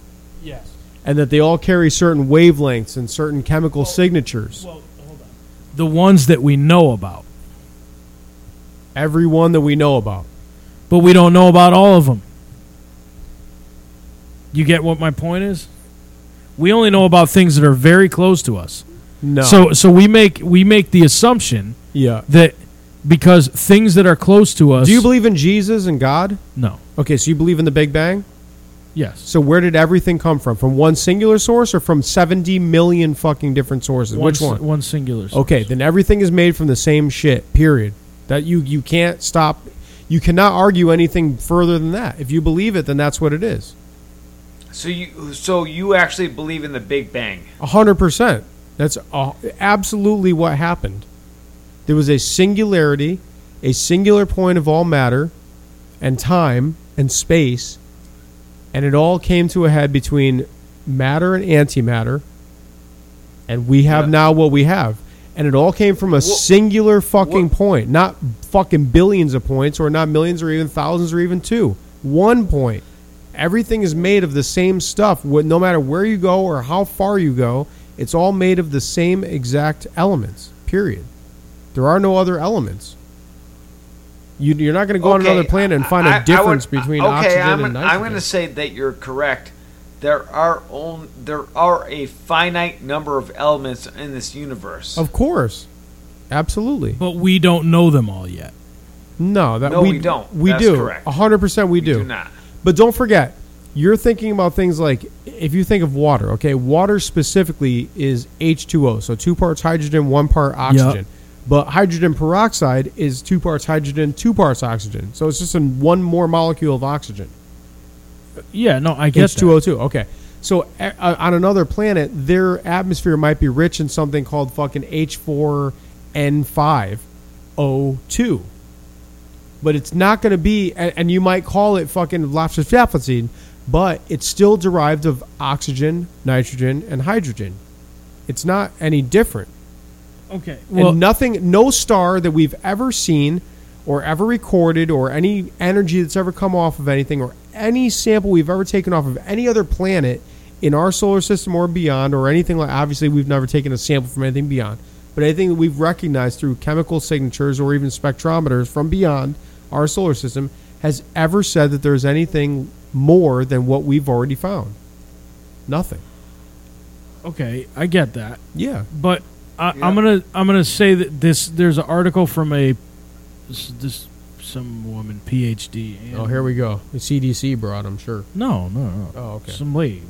S2: Yes.
S1: And that they all carry certain wavelengths and certain chemical signatures.
S2: Well, hold on. The ones that we know about,
S1: Every one that we know about.
S2: but we don't know about all of them. You get what my point is? We only know about things that are very close to us.
S1: No.
S2: So so we make we make the assumption
S1: yeah.
S2: that because things that are close to us
S1: Do you believe in Jesus and God?
S2: No.
S1: Okay, so you believe in the Big Bang?
S2: Yes.
S1: So where did everything come from? From one singular source or from 70 million fucking different sources? Which
S2: One
S1: one?
S2: s- One singular. source.
S1: Okay, then everything is made from the same shit. Period. That you you can't stop. You cannot argue anything further than that. If you believe it, then that's what it is.
S3: So you so you actually believe in the Big Bang?
S1: A hundred percent. That's a, absolutely what happened. There was a singularity, a singular point of all matter, and time and space, and it all came to a head between matter and antimatter, and we have
S3: Yeah.
S1: now what we have. And it all came from a singular fucking point, not fucking billions of points, or not millions, or even thousands, or even two. One point. Everything is made of the same stuff. wh- No matter where you go or how far you go, it's all made of the same exact elements. Period. There are no other elements. You, you're not going to go on
S3: Okay,
S1: another planet and find
S3: I- I
S1: a
S3: would-
S1: difference between
S3: okay,
S1: oxygen
S3: I'm,
S1: and nitrogen.
S3: I'm going to say that you're correct. There are on, there are a finite number of elements in this universe.
S1: of course, absolutely.
S2: But we don't know them all yet.
S1: No, that
S3: No,
S1: we,
S3: we don't.
S1: We
S3: That's
S1: do.
S3: correct.
S1: hundred percent, we,
S3: We do not.
S1: But don't forget, you're thinking about things like if you think of water. Okay, water specifically is H2O, so two parts hydrogen, one part oxygen. But hydrogen peroxide is two parts hydrogen, two parts oxygen. So it's just in one more molecule of oxygen.
S2: Yeah. No, I guess two.
S1: H2O2. oh Okay. So a- uh, on another planet, their atmosphere might be rich in something called fucking H4N5O2. But it's not going to be, and, and you might call it fucking lobster but it's still derived of oxygen, nitrogen, and hydrogen. It's not any different
S2: Okay. Well,
S1: well, and nothing, no star that we've ever seen or ever recorded or any energy that's ever come off of anything or any sample we've ever taken off of any other planet in our solar system or beyond or anything like obviously we've never taken a sample from anything beyond but anything that we've recognized through chemical signatures or even spectrometers from beyond our solar system has ever said that there's anything more than what we've already found nothing
S2: okay. I get that.
S1: yeah
S2: but I,
S3: Yeah.
S2: I'm gonna I'm gonna say that this there's an article from a this, this some woman PhD. and-
S1: oh here we go the cdc brought i'm sure
S2: No, no, no.
S1: Oh, okay.
S2: Some lady.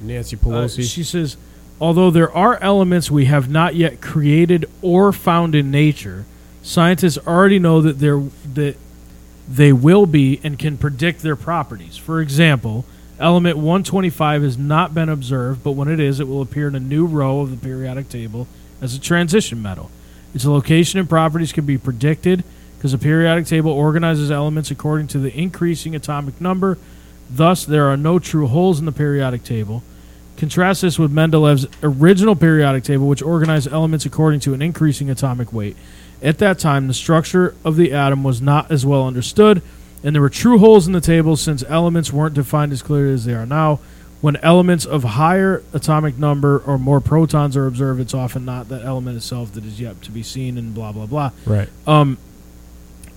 S1: nancy
S2: Uh,
S1: pelosi
S2: she says, although there are elements we have not yet created or found in nature, scientists already know that there that they will be and can predict their properties. For example, element 125 has not been observed, but when it is, it will appear in a new row of the periodic table as a transition metal. Its location and properties can be predicted because the periodic table organizes elements according to the increasing atomic number. Thus, there are no true holes in the periodic table. Contrast this with Mendeleev's original periodic table, which organized elements according to an increasing atomic weight. At that time, the structure of the atom was not as well understood, and there were true holes in the table since elements weren't defined as clearly as they are now. When elements of higher atomic number or more protons are observed, it's often not that element itself that is yet to be seen, and blah, blah, blah. Um,
S1: right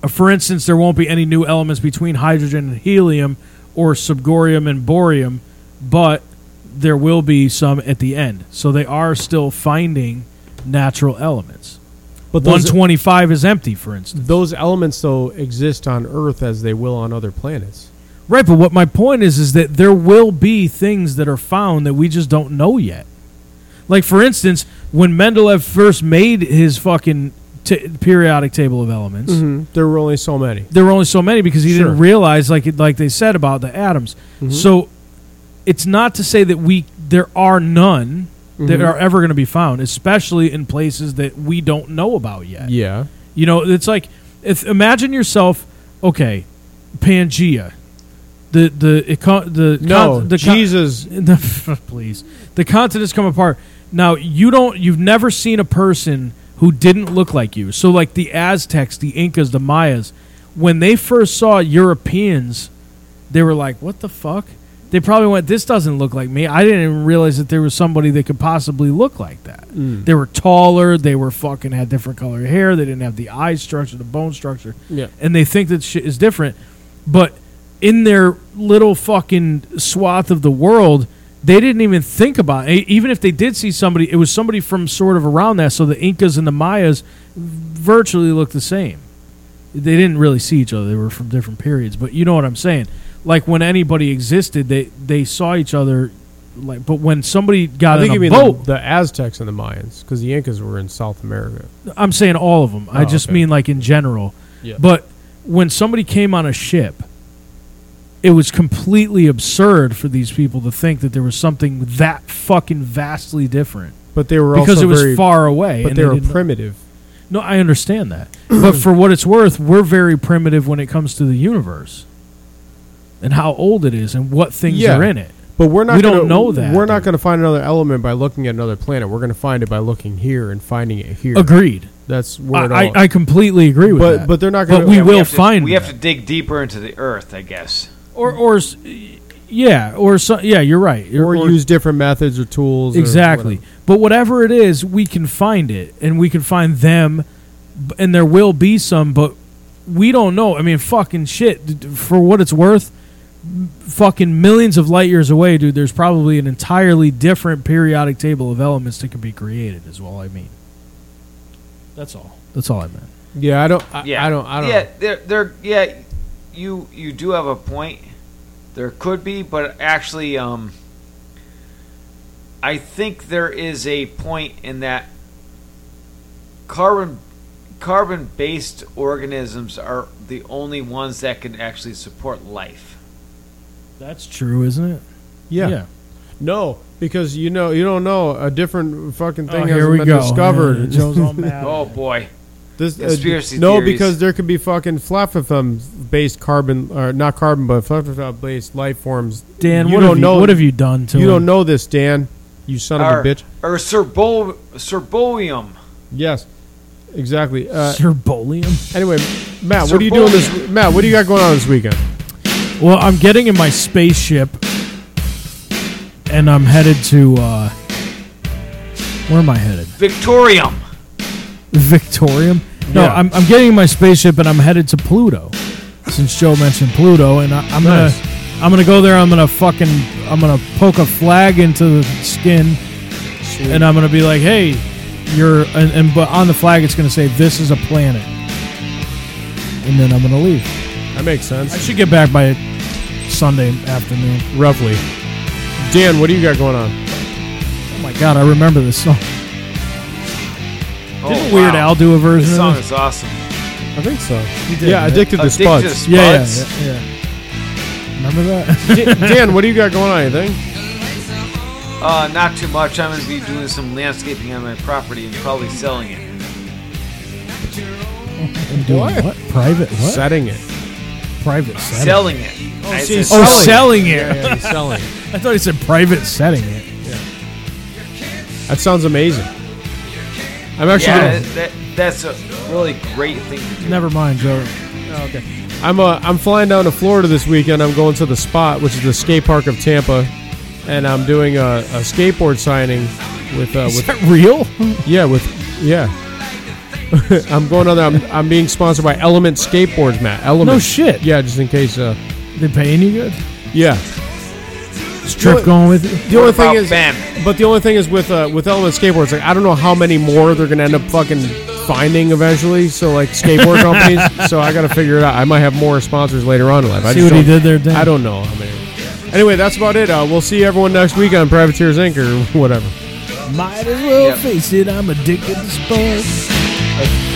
S2: Uh, For instance, there won't be any new elements between hydrogen and helium or subgorium and borium, but there will be some at the end. So they are still finding natural elements.
S1: But those,
S2: 125 is empty, for instance.
S1: those elements, though, exist on Earth as they will on other planets.
S2: Right, but what my point is is that there will be things that are found that we just don't know yet. Like for instance, when Mendeleev first made his fucking t- periodic table of elements,
S1: There were only so many.
S2: there were only so many because he
S1: Sure. Mm-hmm.
S2: didn't realize like it, like they said about the atoms. So it's not to say that we there are none
S1: Mm-hmm.
S2: that are ever going to be found, especially in places that we don't know about yet.
S1: Yeah.
S2: You know, it's like if imagine yourself, okay, Pangea, the the it co- the
S1: No,
S2: con- the con-
S1: Jesus.
S2: please, the continents come apart. Now you don't you've never seen a person who didn't look like you. So like the Aztecs, the Incas, the Mayas, when they first saw Europeans, they were like, "What the fuck." They probably went. This doesn't look like me. I didn't even realize that there was somebody that could possibly look like that. They were taller. They were fucking had different color hair. They didn't have the eye structure, the bone structure
S1: Yeah.
S2: and they think that shit is different. But in their little fucking swath of the world, they didn't even think about it. E- Even if they did see somebody, it was somebody from sort of around that. So the Incas and the Mayas virtually looked the same. They didn't really see each other. They were from different periods, but you know what I'm saying. Like when anybody existed, they they saw each other. Like, but when somebody got
S1: I think you
S2: in a
S1: mean
S2: boat,
S1: the, the Aztecs and the Mayans because the Incas were in South America.
S2: I'm saying all of them. I
S1: Oh,
S2: just
S1: okay.
S2: mean like in general.
S1: Yeah.
S2: But when somebody came on a ship, it was completely absurd for these people to think that there was something that fucking vastly different
S1: But they were
S2: because
S1: also
S2: it was
S1: very,
S2: far away.
S1: But
S2: and
S1: they were
S2: didn't-
S1: primitive.
S2: no, I understand that. but for what it's worth, we're very primitive when it comes to the universe and how old it is and what things
S1: Yeah.
S2: are in it.
S1: But we're not.
S2: We
S1: gonna,
S2: don't know that,
S1: We're not
S2: dude.
S1: going to find another element by looking at another planet. We're going to find it by looking here and finding it here.
S2: Agreed.
S1: That's where it all.
S2: I, I, I completely agree with
S1: but
S2: that.
S1: but they're not
S2: But
S1: going
S2: we
S3: Yeah,
S2: will
S3: have to-
S2: find
S3: We have
S2: that.
S3: to dig deeper into the earth, I guess.
S2: or or s- yeah, or so, yeah, you're right. You're-
S1: or use different methods or tools. or
S2: Exactly.
S1: whatever.
S2: but whatever it is, we can find it and we can find them b- and there will be some but we don't know. I mean, fucking shit d- d- for what it's worth, m- fucking millions of light years away, dude, there's probably an entirely different periodic table of elements that can be created is all I mean. That's all. That's all I meant.
S1: yeah, I don't. I,
S3: Yeah,
S1: I don't. I don't.
S3: Yeah, there, there. Yeah, you you do have a point. There could be, but actually, um, I think there is a point in that carbon carbon based organisms are the only ones that can actually support life.
S2: That's true, isn't it?
S1: Yeah. No, because you know you don't know a different fucking
S2: Oh,
S1: thing
S2: here
S1: hasn't
S2: we
S1: been
S2: go.
S1: discovered.
S2: Yeah, Joe's all mad.
S3: Oh boy,
S1: This, uh,
S3: Conspiracy
S1: no,
S3: theories.
S1: because there could be fucking flapafum based carbon, or not carbon, but flapafum based life forms.
S2: Dan,
S1: you
S2: what,
S1: don't
S2: have
S1: know.
S2: you, what have you done to
S1: You
S2: him?
S1: don't know this, Dan. You son
S3: or
S1: of a bitch.
S3: or cerbol cerbolium.
S1: Yes, exactly. Uh,
S2: Cerbolium?
S1: anyway, Matt, what are you doing this? Matt, what do you got going on this weekend?
S2: Well, I'm getting in my spaceship, and I'm headed to. Uh, where am I headed?
S3: Victorium.
S2: Victorium. No,
S1: Yeah.
S2: I'm, I'm getting in my spaceship, and I'm headed to Pluto. Since Joe mentioned Pluto, and I, I'm
S1: Nice.
S2: gonna, I'm gonna go there. I'm gonna fucking, I'm gonna poke a flag into the skin, and I'm gonna be like, hey, you're, and, and but on the flag it's gonna say this is a planet, and then I'm gonna leave.
S1: That makes
S2: I
S1: sense.
S2: should get back by Sunday afternoon.
S1: Roughly. Dan, what do you got going on?
S2: Oh my god, I remember this song.
S3: Oh,
S2: Didn't Weird
S3: wow.
S2: Al do a
S3: This
S2: version
S3: song
S2: of this?
S3: is awesome.
S1: I think so.
S2: did,
S1: yeah,
S2: right?
S1: addicted to
S3: Addicted to
S1: spuds.
S2: Yeah,
S3: Spuds?
S2: yeah, yeah, yeah. Remember that?
S1: Dan- Dan, what do you got going on? Anything?
S3: Uh, not too much. I'm going to be doing some landscaping on my property and probably selling it.
S2: I'm doing
S1: What?
S2: what? Private what?
S1: Setting it.
S2: private setting.
S3: Selling it. I said
S2: oh,
S3: selling it.
S2: selling it.
S1: Yeah, yeah, selling.
S2: I thought he said private setting it.
S1: That sounds amazing. I'm actually.
S3: Yeah,
S1: gonna-
S3: that, that's a really great thing to do.
S2: Never mind, Joe.
S1: I'm uh, I'm flying down to Florida this weekend. I'm going to the spot, which is the skate park of Tampa, and I'm doing a, a skateboard signing with uh,
S2: Is
S1: with
S2: that real?
S1: yeah with yeah. I'm going on there. I'm, I'm being sponsored by Element Skateboards, Matt. Element.
S2: No shit.
S1: Yeah, just in case. Uh,
S2: They paying you good?
S1: yeah.
S2: Is Trip going with you?
S1: The only thing
S3: about
S1: is,
S3: Ben?
S1: but the only thing is with uh, with Element Skateboards, like I don't know how many more they're gonna end up fucking finding eventually. So like skateboard companies, so I gotta figure it out. I might have more sponsors later on in life. I
S2: See
S1: just
S2: what he
S1: don't-
S2: did there, Dan?
S1: I don't know how many. Anyway, that's about it. Uh, we'll see everyone next week on Privateers Inc. or whatever.
S2: Might as well
S3: Yep.
S2: face it. I'm addicted to sports.
S3: Ad-